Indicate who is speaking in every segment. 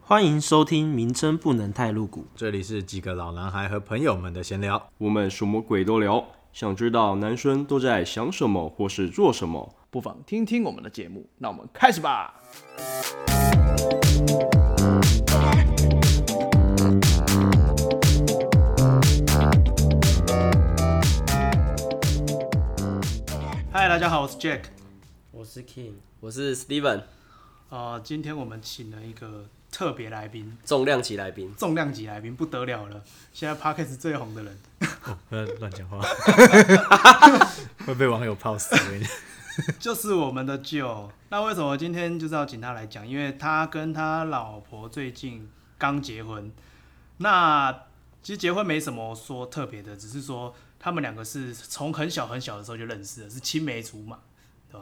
Speaker 1: 欢迎收听，名称不能太露骨。
Speaker 2: 这里是几个老男孩和朋友们的闲聊。
Speaker 3: 我们什么鬼都聊，想知道男生都在想什么或是做什么。
Speaker 4: 不妨听听我们的节目。那我们开始吧。
Speaker 5: 嗨，大家好，我是 Jack。
Speaker 1: 我是 King，
Speaker 6: 我是 Steven，
Speaker 5: 呃，今天我们请了一个特别来宾，
Speaker 6: 重量级来宾。
Speaker 5: 重量级来宾，不得了了，现在 Parkes 最红的人。
Speaker 2: 呃，乱讲 话，会被网友泡死。我跟你讲
Speaker 5: 就是我们的 Joe。那为什么今天就是要请他来讲？因为他跟他老婆最近刚结婚。那其实结婚没什么说特别的，只是说他们两个是从很小很小的时候就认识的，是青梅竹马，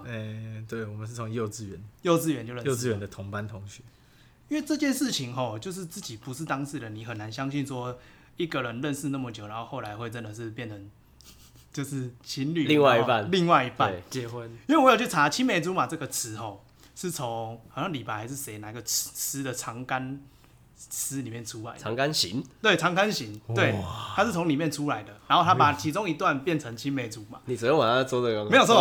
Speaker 2: 哎，对，我们是从幼稚园，
Speaker 5: 幼稚园就认识。
Speaker 2: 幼稚园的同班同学。
Speaker 5: 因为这件事情吼，就是自己不是当事人，你很难相信说一个人认识那么久，然后后来会真的是变成就是情侣，
Speaker 6: 另外一半
Speaker 5: 然后另外一半。
Speaker 6: 对，
Speaker 1: 结婚
Speaker 5: 因为我有去查“青梅竹马”这个词吼，是从好像李白还是谁哪个词诗的《长干》诗里面出来的。
Speaker 6: 长干行，
Speaker 5: 对，《长干行》对，它是从里面出来的。然后他把其中一段变成青梅竹马，
Speaker 6: 你昨天晚上做这个吗
Speaker 5: 没有错。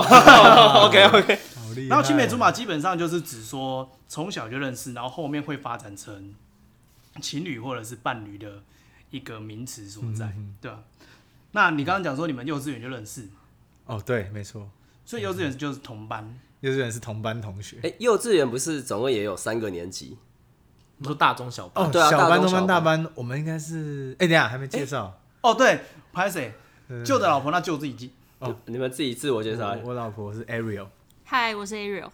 Speaker 6: ？OK OK，
Speaker 2: 好厉
Speaker 5: 然后青梅竹马基本上就是指说从小就认识，然后后面会发展成情侣或者是伴侣的一个名词所在，对吧、那你刚刚讲说你们幼稚园就认识，
Speaker 2: 哦，对，没错，
Speaker 5: 所以幼稚园就是同班，
Speaker 2: 幼稚园是同班同学。
Speaker 6: 哎，幼稚园不是总共也有三个年级？
Speaker 1: 你说大中小班，
Speaker 2: 哦，
Speaker 6: 对啊
Speaker 2: 小
Speaker 6: 大
Speaker 2: 班、
Speaker 6: 中
Speaker 2: 中班、
Speaker 6: 小
Speaker 2: 大班，我们应该是……哎，等一下还没介绍。
Speaker 5: 哦，对，拍谁？
Speaker 2: 对
Speaker 5: 旧的老婆那旧自己记。
Speaker 2: 哦
Speaker 6: 你们自己自我介绍
Speaker 2: 我我老婆是 Ariel，
Speaker 7: 嗨，我是 Ariel。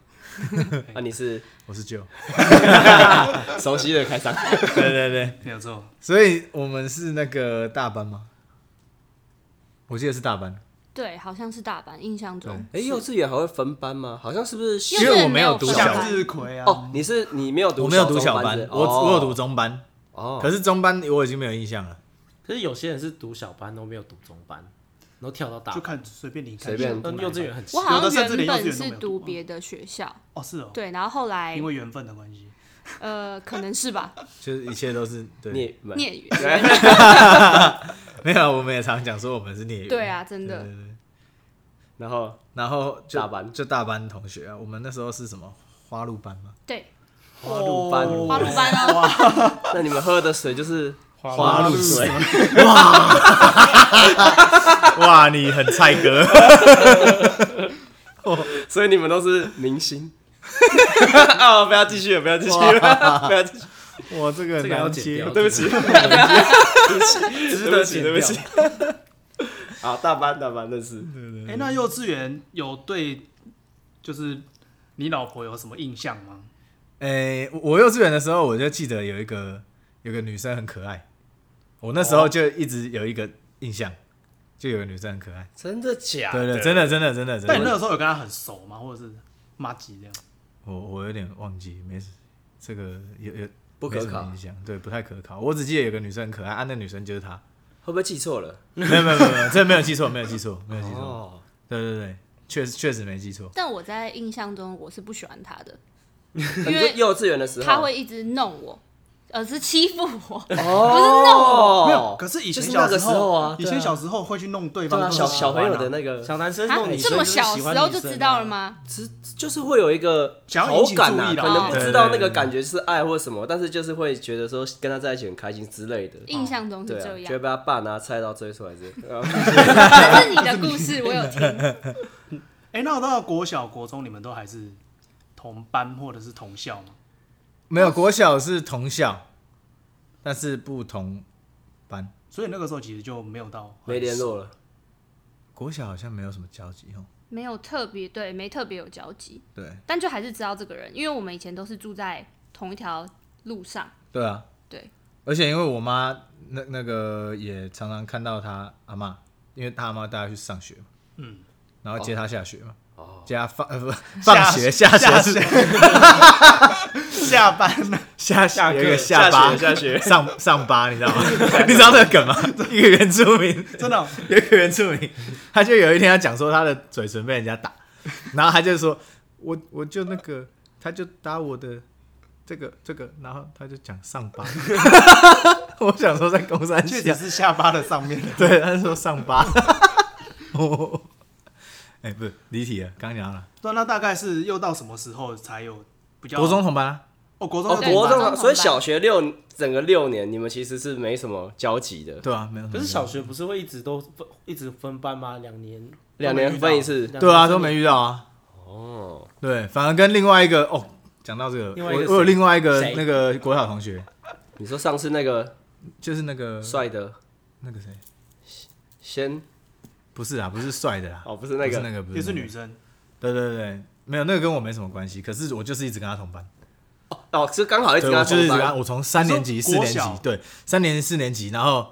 Speaker 6: 啊，你是
Speaker 2: 我是 Joe。
Speaker 6: 熟悉的 开场。
Speaker 2: 对对对，
Speaker 5: 没有错，
Speaker 2: 所以我们是那个大班吗？我记得是大班，
Speaker 7: 对，好像是大阪，印象中。
Speaker 6: 哎，幼稚园还会分班吗？好像是不是？
Speaker 7: 因
Speaker 2: 因
Speaker 7: 为
Speaker 2: 为我没有读小
Speaker 5: 向
Speaker 7: 班，
Speaker 5: 日葵啊，
Speaker 6: 哦，你是你没有读，
Speaker 2: 我没有读小
Speaker 6: 班
Speaker 2: 班
Speaker 6: 是，不是，
Speaker 2: 我
Speaker 6: 哦
Speaker 2: 我有读中班，
Speaker 6: 哦，
Speaker 2: 可是中班我已经没有印象了。
Speaker 1: 可是有些人是读小班，都没有读中班，然后跳到大
Speaker 5: 就。看随便你看，
Speaker 6: 随便
Speaker 1: 那幼稚园很
Speaker 7: 我
Speaker 5: 有
Speaker 7: 好
Speaker 5: 的
Speaker 7: 像
Speaker 5: 甚至
Speaker 7: 原
Speaker 5: 连幼稚园都没
Speaker 7: 本是
Speaker 5: 有
Speaker 7: 读
Speaker 5: 读
Speaker 7: 别的学校，
Speaker 5: 哦，是哦，
Speaker 7: 对，然后后来
Speaker 5: 因为缘分的关系，
Speaker 7: 呃，可能是吧，
Speaker 2: 就是一切都是对，
Speaker 6: 你们
Speaker 7: 孽缘。
Speaker 2: 没有，啊我们也常讲说我们是孽缘。
Speaker 7: 对啊，真
Speaker 2: 对
Speaker 7: 的。
Speaker 2: 对对
Speaker 6: 然后
Speaker 2: 然后就
Speaker 6: 大班
Speaker 2: 就大班同学啊，我们那时候是什么花路班吗？
Speaker 7: 对，
Speaker 2: 哦
Speaker 5: 花
Speaker 6: 路班
Speaker 7: 花路班啊，
Speaker 6: 那你们喝的水就是
Speaker 2: 花
Speaker 6: 露水，
Speaker 2: 哇，你很菜哥，
Speaker 6: 所以你们都是明星。 哦，不要继续了，不要继续了，不要继续，
Speaker 2: 我这个
Speaker 1: 这
Speaker 2: 很
Speaker 1: 个要
Speaker 2: 难
Speaker 1: 剪
Speaker 2: 接
Speaker 1: 掉，，
Speaker 6: 对 不
Speaker 1: 值
Speaker 6: 起，对
Speaker 1: 得
Speaker 6: 不起，
Speaker 1: 剪
Speaker 6: 对不
Speaker 1: 掉。
Speaker 6: 起。好，啊大班大班认识，
Speaker 5: 哎、那幼稚园有对就是你老婆有什么印象吗？
Speaker 2: 诶、我我幼稚园的时候，我就记得有一个有个女生很可爱，我那时候就一直有一个印象，就有个女生很可爱。
Speaker 6: 真的假
Speaker 2: 对对，真的真的真的真
Speaker 5: 但你那
Speaker 2: 的，
Speaker 5: 个时候有跟她很熟吗？或者是妈吉这样？
Speaker 2: 我我有点忘记，没事，这个有有
Speaker 6: 不可
Speaker 2: 没什么
Speaker 6: 考
Speaker 2: 印象，对，不太可靠。我只记得有个女生很可爱，啊，那女生就是 她，
Speaker 6: 会不会记错了？
Speaker 2: 没有没有没有没有，这没有记错，没有记错，没有记错，
Speaker 6: 哦，
Speaker 2: 对对对，确实确实没记错。
Speaker 7: 但我在印象中我是不喜欢他的，
Speaker 6: 因
Speaker 7: 因为
Speaker 6: 幼稚园哦的时候
Speaker 7: 他会一直弄我，呃，是欺负我。
Speaker 6: 哦，
Speaker 5: 没有， 可是以前
Speaker 6: 就是
Speaker 5: 小
Speaker 6: 那
Speaker 5: 时
Speaker 6: 个时候啊，
Speaker 5: 以前小时候会去弄对
Speaker 6: 对
Speaker 5: 方
Speaker 6: 啊，
Speaker 5: 就是
Speaker 6: 小
Speaker 5: 喜
Speaker 6: 小
Speaker 5: 欢
Speaker 6: 朋友
Speaker 5: 啊
Speaker 6: 的那个，
Speaker 1: 小男生
Speaker 7: 啊
Speaker 1: 弄女，生，
Speaker 7: 这么小时候就知道了
Speaker 1: 吗？
Speaker 7: 吗？
Speaker 6: 只就是会有一个
Speaker 5: 想要
Speaker 6: 好
Speaker 5: 引起
Speaker 6: 感
Speaker 5: 注
Speaker 6: 啊，
Speaker 5: 意啦
Speaker 6: 可能不
Speaker 2: 对
Speaker 6: 知
Speaker 2: 对
Speaker 6: 道那
Speaker 2: 对
Speaker 6: 个
Speaker 2: 对
Speaker 6: 感觉是爱或什么，但是就是会觉得说跟他在一起很开心之类的。
Speaker 7: 印象中是
Speaker 6: 对啊，
Speaker 7: 这
Speaker 6: 就
Speaker 7: 样
Speaker 6: 会。被他爸拿菜刀追出来之啊类的。
Speaker 7: 这是你的故事，我有听。
Speaker 5: 哎、那我到国小、国中，你们都还是同班或者是同校吗？
Speaker 2: 没有，国小是同校，但是不同班。
Speaker 5: 所以那个时候其实就没有到
Speaker 6: 没联络了，
Speaker 2: 国小好像没有什么交集哦。
Speaker 7: 没有特别对，没特别有交集，
Speaker 2: 对，
Speaker 7: 但就还是知道这个人，因为我们以前都是住在同一条路上。
Speaker 2: 对啊，
Speaker 7: 对。
Speaker 2: 而且因为我妈那那个也常常看到她阿妈，因为她阿妈带她去上学嘛，嗯，然后接她下学嘛，哦，接她放呃不放学下学是
Speaker 5: 下班了，
Speaker 2: 下下有一个
Speaker 6: 下
Speaker 2: 巴
Speaker 6: 学下学
Speaker 2: 上上巴，你知道吗？你知道这个梗吗？一个原住民，
Speaker 5: 真的哦、
Speaker 2: 有一个原住民，他就有一天他讲说他的嘴唇被人家打，然后他就说，我我就那个，他就打我的这个这个，然后他就讲上巴，我想说在公山
Speaker 5: 确
Speaker 2: 下
Speaker 5: 实是下巴的上面。
Speaker 2: 对，他说上八。 哦，哎、不是离题了，刚讲了，
Speaker 5: 对，啊那大概是又到什么时候才有比较？
Speaker 2: 国中同班、啊，
Speaker 5: 哦，国中
Speaker 6: 哦，
Speaker 5: 的
Speaker 7: 对
Speaker 6: 国中
Speaker 7: 国中
Speaker 6: 啊，
Speaker 7: 同
Speaker 6: 所以
Speaker 7: 班
Speaker 6: 小学六整个六年，你们其实是没什么交集的，
Speaker 2: 对啊，没有什么。
Speaker 1: 可是小学不是会一直都分一直分班吗？两年，
Speaker 6: 两年分一次。
Speaker 1: 两
Speaker 2: 对啊，
Speaker 1: 年
Speaker 2: 都没遇到啊。哦，对，反而跟另外一个哦，讲到这个，
Speaker 1: 另
Speaker 2: 我
Speaker 1: 外一个
Speaker 2: 我有
Speaker 1: 谁
Speaker 2: 另外一个
Speaker 1: 谁
Speaker 2: 那个国小同学，
Speaker 6: 你说上次那个
Speaker 2: 就是那个
Speaker 6: 帅的
Speaker 2: 那个谁，
Speaker 6: 先
Speaker 2: 不是啊，不是帅的啦，
Speaker 6: 哦，不是那
Speaker 2: 不是
Speaker 6: 个
Speaker 2: 那个，不
Speaker 5: 也是
Speaker 2: 那个
Speaker 5: 女，生，
Speaker 2: 对对对，没有那个跟我没什么关系，可是我就是一直跟他同班，
Speaker 6: 哦，是刚好一直
Speaker 2: 对，
Speaker 6: 跟他
Speaker 2: 我就是一直
Speaker 6: 同
Speaker 2: 跟他，
Speaker 6: 班。
Speaker 2: 我从三年级、
Speaker 5: 你
Speaker 2: 四
Speaker 5: 说国
Speaker 2: 年级
Speaker 5: 小，
Speaker 2: 对，三年级、四年级，然后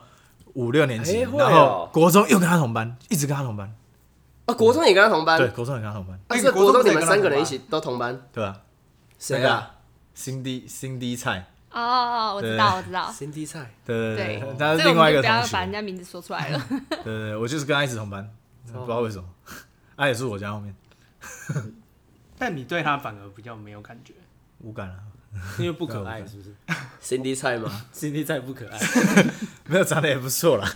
Speaker 2: 五六年级，
Speaker 6: 哎会
Speaker 2: 然后
Speaker 6: 哦
Speaker 2: 国中又跟他同班，一直跟他同班，
Speaker 6: 哦，国中也跟他同
Speaker 2: 对，
Speaker 6: 班。
Speaker 2: 国中也跟他同班，
Speaker 6: 但
Speaker 5: 哎
Speaker 6: 是
Speaker 5: 国
Speaker 6: 国
Speaker 5: 中谁
Speaker 6: 中你
Speaker 5: 跟
Speaker 6: 们
Speaker 5: 他
Speaker 6: 三个人
Speaker 5: 同
Speaker 6: 一起都同班，
Speaker 2: 对吧？
Speaker 6: 啊谁啊？
Speaker 2: 辛迪辛迪菜，
Speaker 7: 哦哦哦，我知道，我知道。
Speaker 6: 辛迪菜。
Speaker 2: 对对
Speaker 7: 对
Speaker 2: 对，他是
Speaker 7: 这
Speaker 2: 另
Speaker 7: 个我
Speaker 2: 外一
Speaker 7: 们
Speaker 2: 个
Speaker 7: 就不
Speaker 2: 同
Speaker 7: 要
Speaker 2: 学，
Speaker 7: 把人家名字说出来 了。
Speaker 2: 对对呃对，我就是跟他一直同班，不知道为什么， 他也是我家后面，
Speaker 5: 但你对她反而比较没有感觉。
Speaker 2: 无感啊，
Speaker 1: 因为不可爱，是不是？
Speaker 6: 辛迪菜 吗？
Speaker 1: 心地再不可爱，
Speaker 2: 没有长得也不错啦。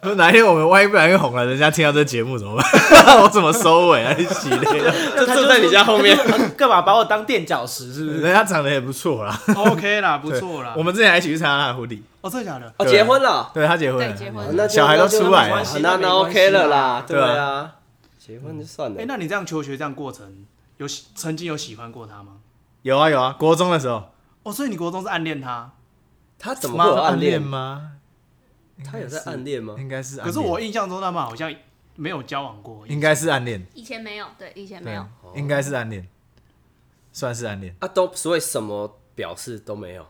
Speaker 2: 不是哪一天我们万一不小心红了，人家听到这节目怎么办？ 我怎么收尾啊？一系列，
Speaker 1: 就
Speaker 6: 坐在你家后面，
Speaker 1: 他就 干嘛把我当垫脚石？是不是？
Speaker 2: 人家长得也不错啦，
Speaker 5: 哦 OK 啦，不错啦
Speaker 2: 对。我们之前还一起去参加他的婚礼，
Speaker 5: 哦，真的假的？
Speaker 6: 哦，
Speaker 2: 对
Speaker 6: 结婚了。
Speaker 2: 对他结婚了，
Speaker 7: 对结婚
Speaker 6: 哦
Speaker 7: 了
Speaker 6: 那就
Speaker 2: 小孩都出来了
Speaker 6: 那就没关系那那 OK 了啦，对
Speaker 2: 对
Speaker 6: 啊，结婚就算
Speaker 5: 哎、
Speaker 6: 了。
Speaker 5: 那你这样求学这样过程，有喜曾经有喜欢过她吗？
Speaker 2: 有啊有啊，国中的时候，
Speaker 5: 哦，所以你国中是暗恋她，
Speaker 6: 他怎么会有暗
Speaker 2: 恋
Speaker 6: 恋？
Speaker 2: 吗？
Speaker 6: 他有在暗恋吗？
Speaker 2: 应该是暗
Speaker 5: 可
Speaker 2: 恋，嗯
Speaker 5: 是我印象中他们好像没有交往过。
Speaker 2: 应该是暗恋，
Speaker 7: 以前没有，对，以前没
Speaker 2: 对啊
Speaker 7: 有。，
Speaker 6: 哦
Speaker 2: 应该是暗恋，算是暗恋，
Speaker 6: 啊，都所以什么表示都没有，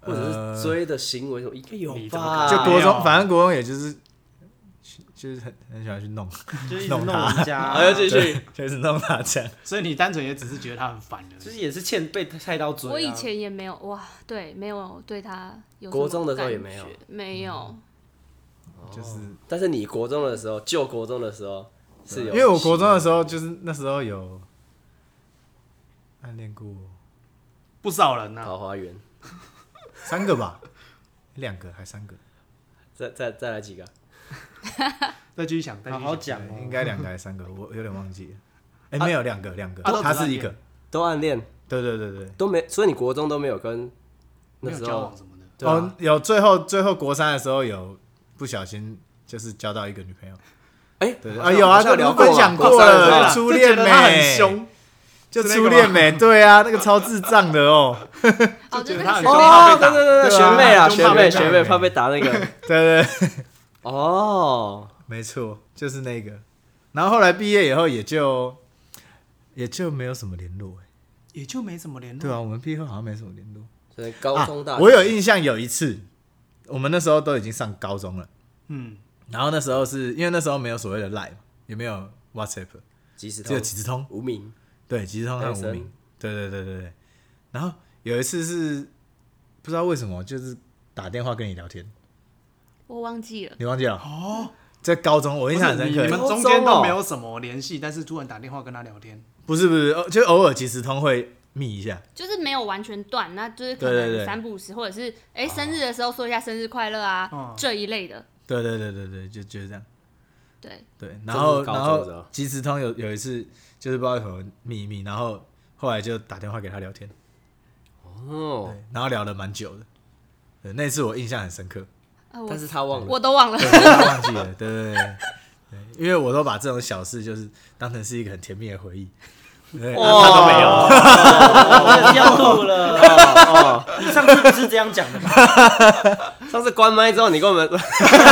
Speaker 6: 或者是追的行呃为什么应该有
Speaker 5: 你怎么可
Speaker 6: 吧？
Speaker 5: 能
Speaker 2: 就
Speaker 5: 啊
Speaker 2: 国
Speaker 5: 没有
Speaker 2: 中，反正国中也就是就是很很喜欢去弄，
Speaker 1: 就是一直
Speaker 2: 弄
Speaker 1: 弄
Speaker 2: 他呃
Speaker 1: 人 家，
Speaker 6: 还要哎继续
Speaker 2: 对，就是弄他这样。
Speaker 5: 所以你单纯也只是觉得她很烦而已。
Speaker 1: 就是也是欠被菜刀追啊。
Speaker 7: 我以前也没有哇，对，没有对他有什么
Speaker 6: 国中的时候也
Speaker 7: 感
Speaker 6: 没有
Speaker 7: 觉，没有。
Speaker 2: 就是
Speaker 6: 但是你国中的时候，就国中的时候是有，
Speaker 2: 因为我国中的时候，就是那时候有暗恋过
Speaker 5: 不少人啊呐、
Speaker 6: 桃花源，
Speaker 2: 三个吧，两个还三个，
Speaker 6: 再再再来几个，
Speaker 5: 再继续想，再继
Speaker 1: 好
Speaker 5: 续
Speaker 1: 好
Speaker 5: 想。
Speaker 1: 讲哦，
Speaker 2: 应该两个还三个，我有点忘记了。哎，没有两个，两个，
Speaker 5: 啊都
Speaker 2: 他
Speaker 5: 只是
Speaker 2: 是一个，
Speaker 6: 都暗恋
Speaker 2: 对对对对。
Speaker 6: 都没，所以你国中都没有跟
Speaker 5: 没
Speaker 6: 那
Speaker 5: 有
Speaker 6: 时
Speaker 5: 交
Speaker 6: 候
Speaker 5: 往什么的。
Speaker 6: 对
Speaker 2: 哦
Speaker 6: 啊，，
Speaker 2: 有最后最后国三的时候有不小心就是交到一个女朋友，
Speaker 6: 哎
Speaker 2: 对
Speaker 6: 好
Speaker 2: 啊
Speaker 6: 像
Speaker 2: 有啊，
Speaker 6: 好
Speaker 2: 这不
Speaker 6: 像聊
Speaker 2: 是
Speaker 6: 过
Speaker 2: 分
Speaker 6: 嘛
Speaker 2: 享
Speaker 6: 国
Speaker 2: 过
Speaker 6: 三的时候
Speaker 2: 了，
Speaker 6: 啦
Speaker 2: 初恋
Speaker 5: 啊就觉得他很
Speaker 2: 美，
Speaker 5: 凶，
Speaker 2: 就是
Speaker 5: 那
Speaker 2: 初
Speaker 5: 个
Speaker 2: 恋
Speaker 5: 吗
Speaker 2: 美，对啊，那个超智障的哦，
Speaker 7: 哦，就
Speaker 5: 觉
Speaker 7: 是
Speaker 5: 得他很
Speaker 7: 那个时
Speaker 5: 凶
Speaker 7: 候
Speaker 6: 哦，对对对对，
Speaker 2: 对啊
Speaker 6: 学妹啊，
Speaker 5: 就
Speaker 6: 学
Speaker 5: 怕
Speaker 6: 妹
Speaker 5: 被
Speaker 6: 学
Speaker 2: 打
Speaker 6: 妹怕被打 那个，
Speaker 2: 对对对，
Speaker 6: 哦，
Speaker 2: 没错，就是那个。然后后来毕业以后也就也就没有什么联络、哎
Speaker 5: 也就没怎么联络。
Speaker 2: 对啊，我们毕业后好像没什么联络。
Speaker 6: 所以高中大
Speaker 2: 啊，
Speaker 6: 学
Speaker 2: 我有印象有一次，我们那时候都已经上高中了，
Speaker 5: 嗯，
Speaker 2: 然后那时候是因为那时候没有所谓的 Line，也没有 WhatsApp，
Speaker 6: 即时
Speaker 2: 只有
Speaker 6: 通
Speaker 2: 即时通，
Speaker 6: 无名，
Speaker 2: 对，即时通和无
Speaker 6: 还有
Speaker 2: 名
Speaker 6: 声，
Speaker 2: 对对对对对。然后有一次是不知道为什么，就是打电话跟你聊天，
Speaker 7: 我忘记了。
Speaker 2: 你忘记了？哦，在高中我印象很深
Speaker 5: 你
Speaker 2: 刻，
Speaker 5: 你们中间都没有什么联系，但是突然打电话跟他聊天，
Speaker 2: 不是不是，哦就偶尔即时通会密一下，
Speaker 7: 就是没有完全断，那就是可
Speaker 2: 对对对
Speaker 7: 能三不五时，或者是哎、生日的时候说一下生日快乐啊、
Speaker 5: 嗯
Speaker 7: 这一类的，
Speaker 2: 对对对对对，就就是这样。
Speaker 7: 对，
Speaker 2: 对，然后
Speaker 6: 这是高
Speaker 2: 然
Speaker 6: 中的时候
Speaker 2: 后即时通有有一次就是不知道有什么秘密，然后后来就打电话给他聊天，
Speaker 6: 哦
Speaker 2: 对，，然后聊了蛮久的。对，那次我印象很深刻，
Speaker 7: 啊、我
Speaker 6: 但是他忘了，
Speaker 7: 我都忘了，
Speaker 2: 对我忘记了，对对对对对，因为我都把这种小事就是当成是一个很甜蜜的回忆。对，
Speaker 6: 他都没
Speaker 2: 哦
Speaker 6: 有，
Speaker 1: 我要吐了。
Speaker 2: 哦
Speaker 1: 你上次不是这样讲的吗？
Speaker 6: 上次关麦之后，你跟 我们，
Speaker 2: 对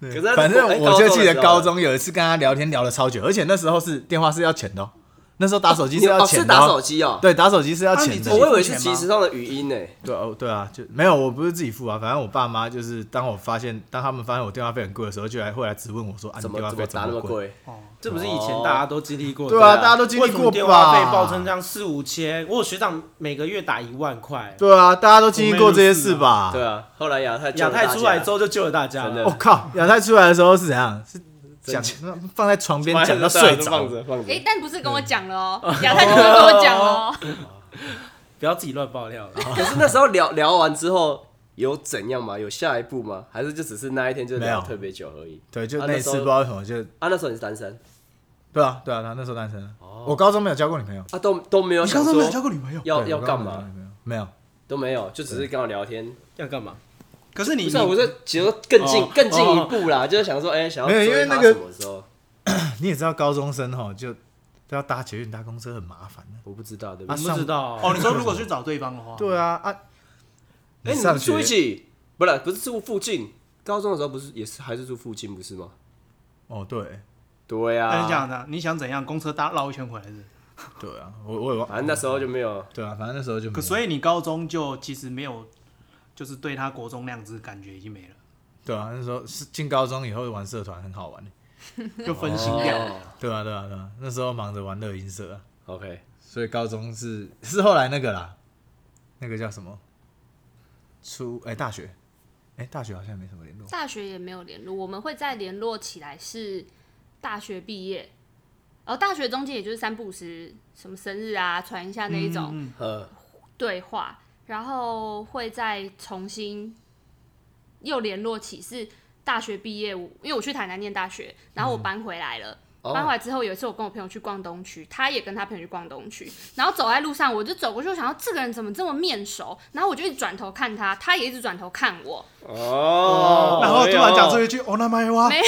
Speaker 6: 可是他是
Speaker 2: 反正
Speaker 6: 国哎
Speaker 2: 我就记得高
Speaker 6: 高中的时候
Speaker 2: 中有一次跟他聊天聊了超久，而且那时候是电话是要钱的、哦，那时候打手机是要
Speaker 6: 哦，
Speaker 2: 钱
Speaker 6: 是
Speaker 2: 的、
Speaker 6: 打手机哦，
Speaker 2: 对，打手机是要
Speaker 5: 啊你
Speaker 2: 钱
Speaker 5: 自
Speaker 2: 的。
Speaker 5: 己
Speaker 6: 我以为是即时通的语音呢。
Speaker 2: 对哦，对啊，就没有，我不是自己付啊，反正我爸妈就是当我发现，当他们发现我电话费很贵的时候，就来会来质问我说，啊，你
Speaker 6: 怎
Speaker 2: 电话
Speaker 6: 么怎
Speaker 2: 费
Speaker 6: 么
Speaker 2: 怎
Speaker 6: 打那么
Speaker 2: 贵？
Speaker 6: 贵？
Speaker 1: 这不是以前大家都经历过的
Speaker 2: 对啊，
Speaker 6: 对啊
Speaker 2: 大家都经历
Speaker 1: 为什
Speaker 2: 过
Speaker 1: 么
Speaker 2: 吧？
Speaker 1: 电话费爆成这样四五千，我有学长每个月打一万块。
Speaker 2: 对啊，大家都经历过这些事吧？
Speaker 6: 对啊，后来亚太
Speaker 1: 亚太出来之
Speaker 6: 之后，
Speaker 1: 后就救了大家
Speaker 6: 真
Speaker 1: 了
Speaker 6: 的。
Speaker 2: 我、靠，亚太出来的时候是怎样？是讲放在床边
Speaker 6: 妈
Speaker 2: 讲到
Speaker 6: 对啊
Speaker 2: 睡
Speaker 6: 就
Speaker 2: 着
Speaker 6: 放，着放着
Speaker 7: 哎、。但不是跟我讲了哦，亚太不是跟我讲哦，
Speaker 5: 不要自己乱爆料了。
Speaker 6: 可是那时候聊聊完之后有怎样吗？有下一步吗？还是就只是那一天就
Speaker 2: 没有
Speaker 6: 聊特别久而已？
Speaker 2: 对，就
Speaker 6: 啊
Speaker 2: 那一
Speaker 6: 那时
Speaker 2: 次
Speaker 6: 候
Speaker 2: 不知道为什么就
Speaker 6: 啊，那时候你是单身
Speaker 2: 对啊对啊，他那时候单身啊，
Speaker 6: 哦
Speaker 2: 我高中没有交过女朋友，
Speaker 6: 啊，都都没有
Speaker 2: 哦
Speaker 5: 你
Speaker 6: 想
Speaker 5: 刚刚没有交
Speaker 6: 说
Speaker 5: 过女朋友，
Speaker 6: 要
Speaker 2: 对
Speaker 6: 要
Speaker 2: 我高中
Speaker 6: 干
Speaker 2: 没有交过
Speaker 6: 嘛，
Speaker 2: 女朋友？没有，
Speaker 6: 都没有，就只是跟我聊天。
Speaker 5: 要干嘛？可是你
Speaker 6: 不是啊，我
Speaker 5: 你
Speaker 6: 说其实更进
Speaker 5: 哦
Speaker 6: 更进一步啦，就是想说，哎，想要
Speaker 2: 没有因为
Speaker 6: 追
Speaker 2: 那
Speaker 6: 他
Speaker 2: 个
Speaker 6: 什么时候？
Speaker 2: 你也知道高中生哈，就都要搭捷运搭公车很麻烦的，
Speaker 6: 我不知道，对不
Speaker 2: 啊
Speaker 6: 对？
Speaker 5: 不知道
Speaker 2: 上
Speaker 5: 哦。你说如果去找对方的话，
Speaker 2: 对啊啊，
Speaker 6: 哎，你
Speaker 2: 上
Speaker 6: 们
Speaker 2: 学
Speaker 6: 住一起？不是，不是住附近。高中的时候不是也是还是住附近不是吗？
Speaker 2: 哦对
Speaker 6: 对
Speaker 5: 那
Speaker 6: 啊，
Speaker 5: 是这样的，你想怎样？公车搭绕一圈回来是？
Speaker 2: 对啊，我我也忘
Speaker 6: 反正那时候就没有。
Speaker 2: 对啊，反正那时候就没
Speaker 5: 可
Speaker 2: 有
Speaker 5: 所以你高中就其实没有，就是对他国中那样子感觉已经没了，
Speaker 2: 对啊，那时候是进高中以后玩社团很好玩的，
Speaker 5: 就分心掉了。
Speaker 2: 对啊对啊对啊，那时候忙着玩乐音社啊，
Speaker 6: 哦 OK，
Speaker 2: 所以高中是 是后来那个啦，那个叫什么？初哎、大学，哎、大学好像没什么联络。
Speaker 7: 大学也没有联络，我们会再联络起来是大学毕业，然后大学中间也就是三不五时什么生日啊，传一下那一种
Speaker 5: 嗯，
Speaker 6: 呃，
Speaker 7: 对话，然后会再重新又联络起是。大学毕业，我因为我去台南念大学，
Speaker 5: 嗯
Speaker 7: 然后我搬回来了。搬
Speaker 6: 哦，
Speaker 7: 回来之后，有一次我跟我朋友去逛东区，他也跟他朋友去逛东区，然后走在路上，我就走过去，我想要这个人怎么这么面熟，然后我就一直转头看他，他也一直转头看我，
Speaker 6: 哦，
Speaker 5: 然后突
Speaker 2: 啊
Speaker 5: 然讲出
Speaker 6: 哎呦
Speaker 5: 一句“哦，那麦哇
Speaker 7: 没有。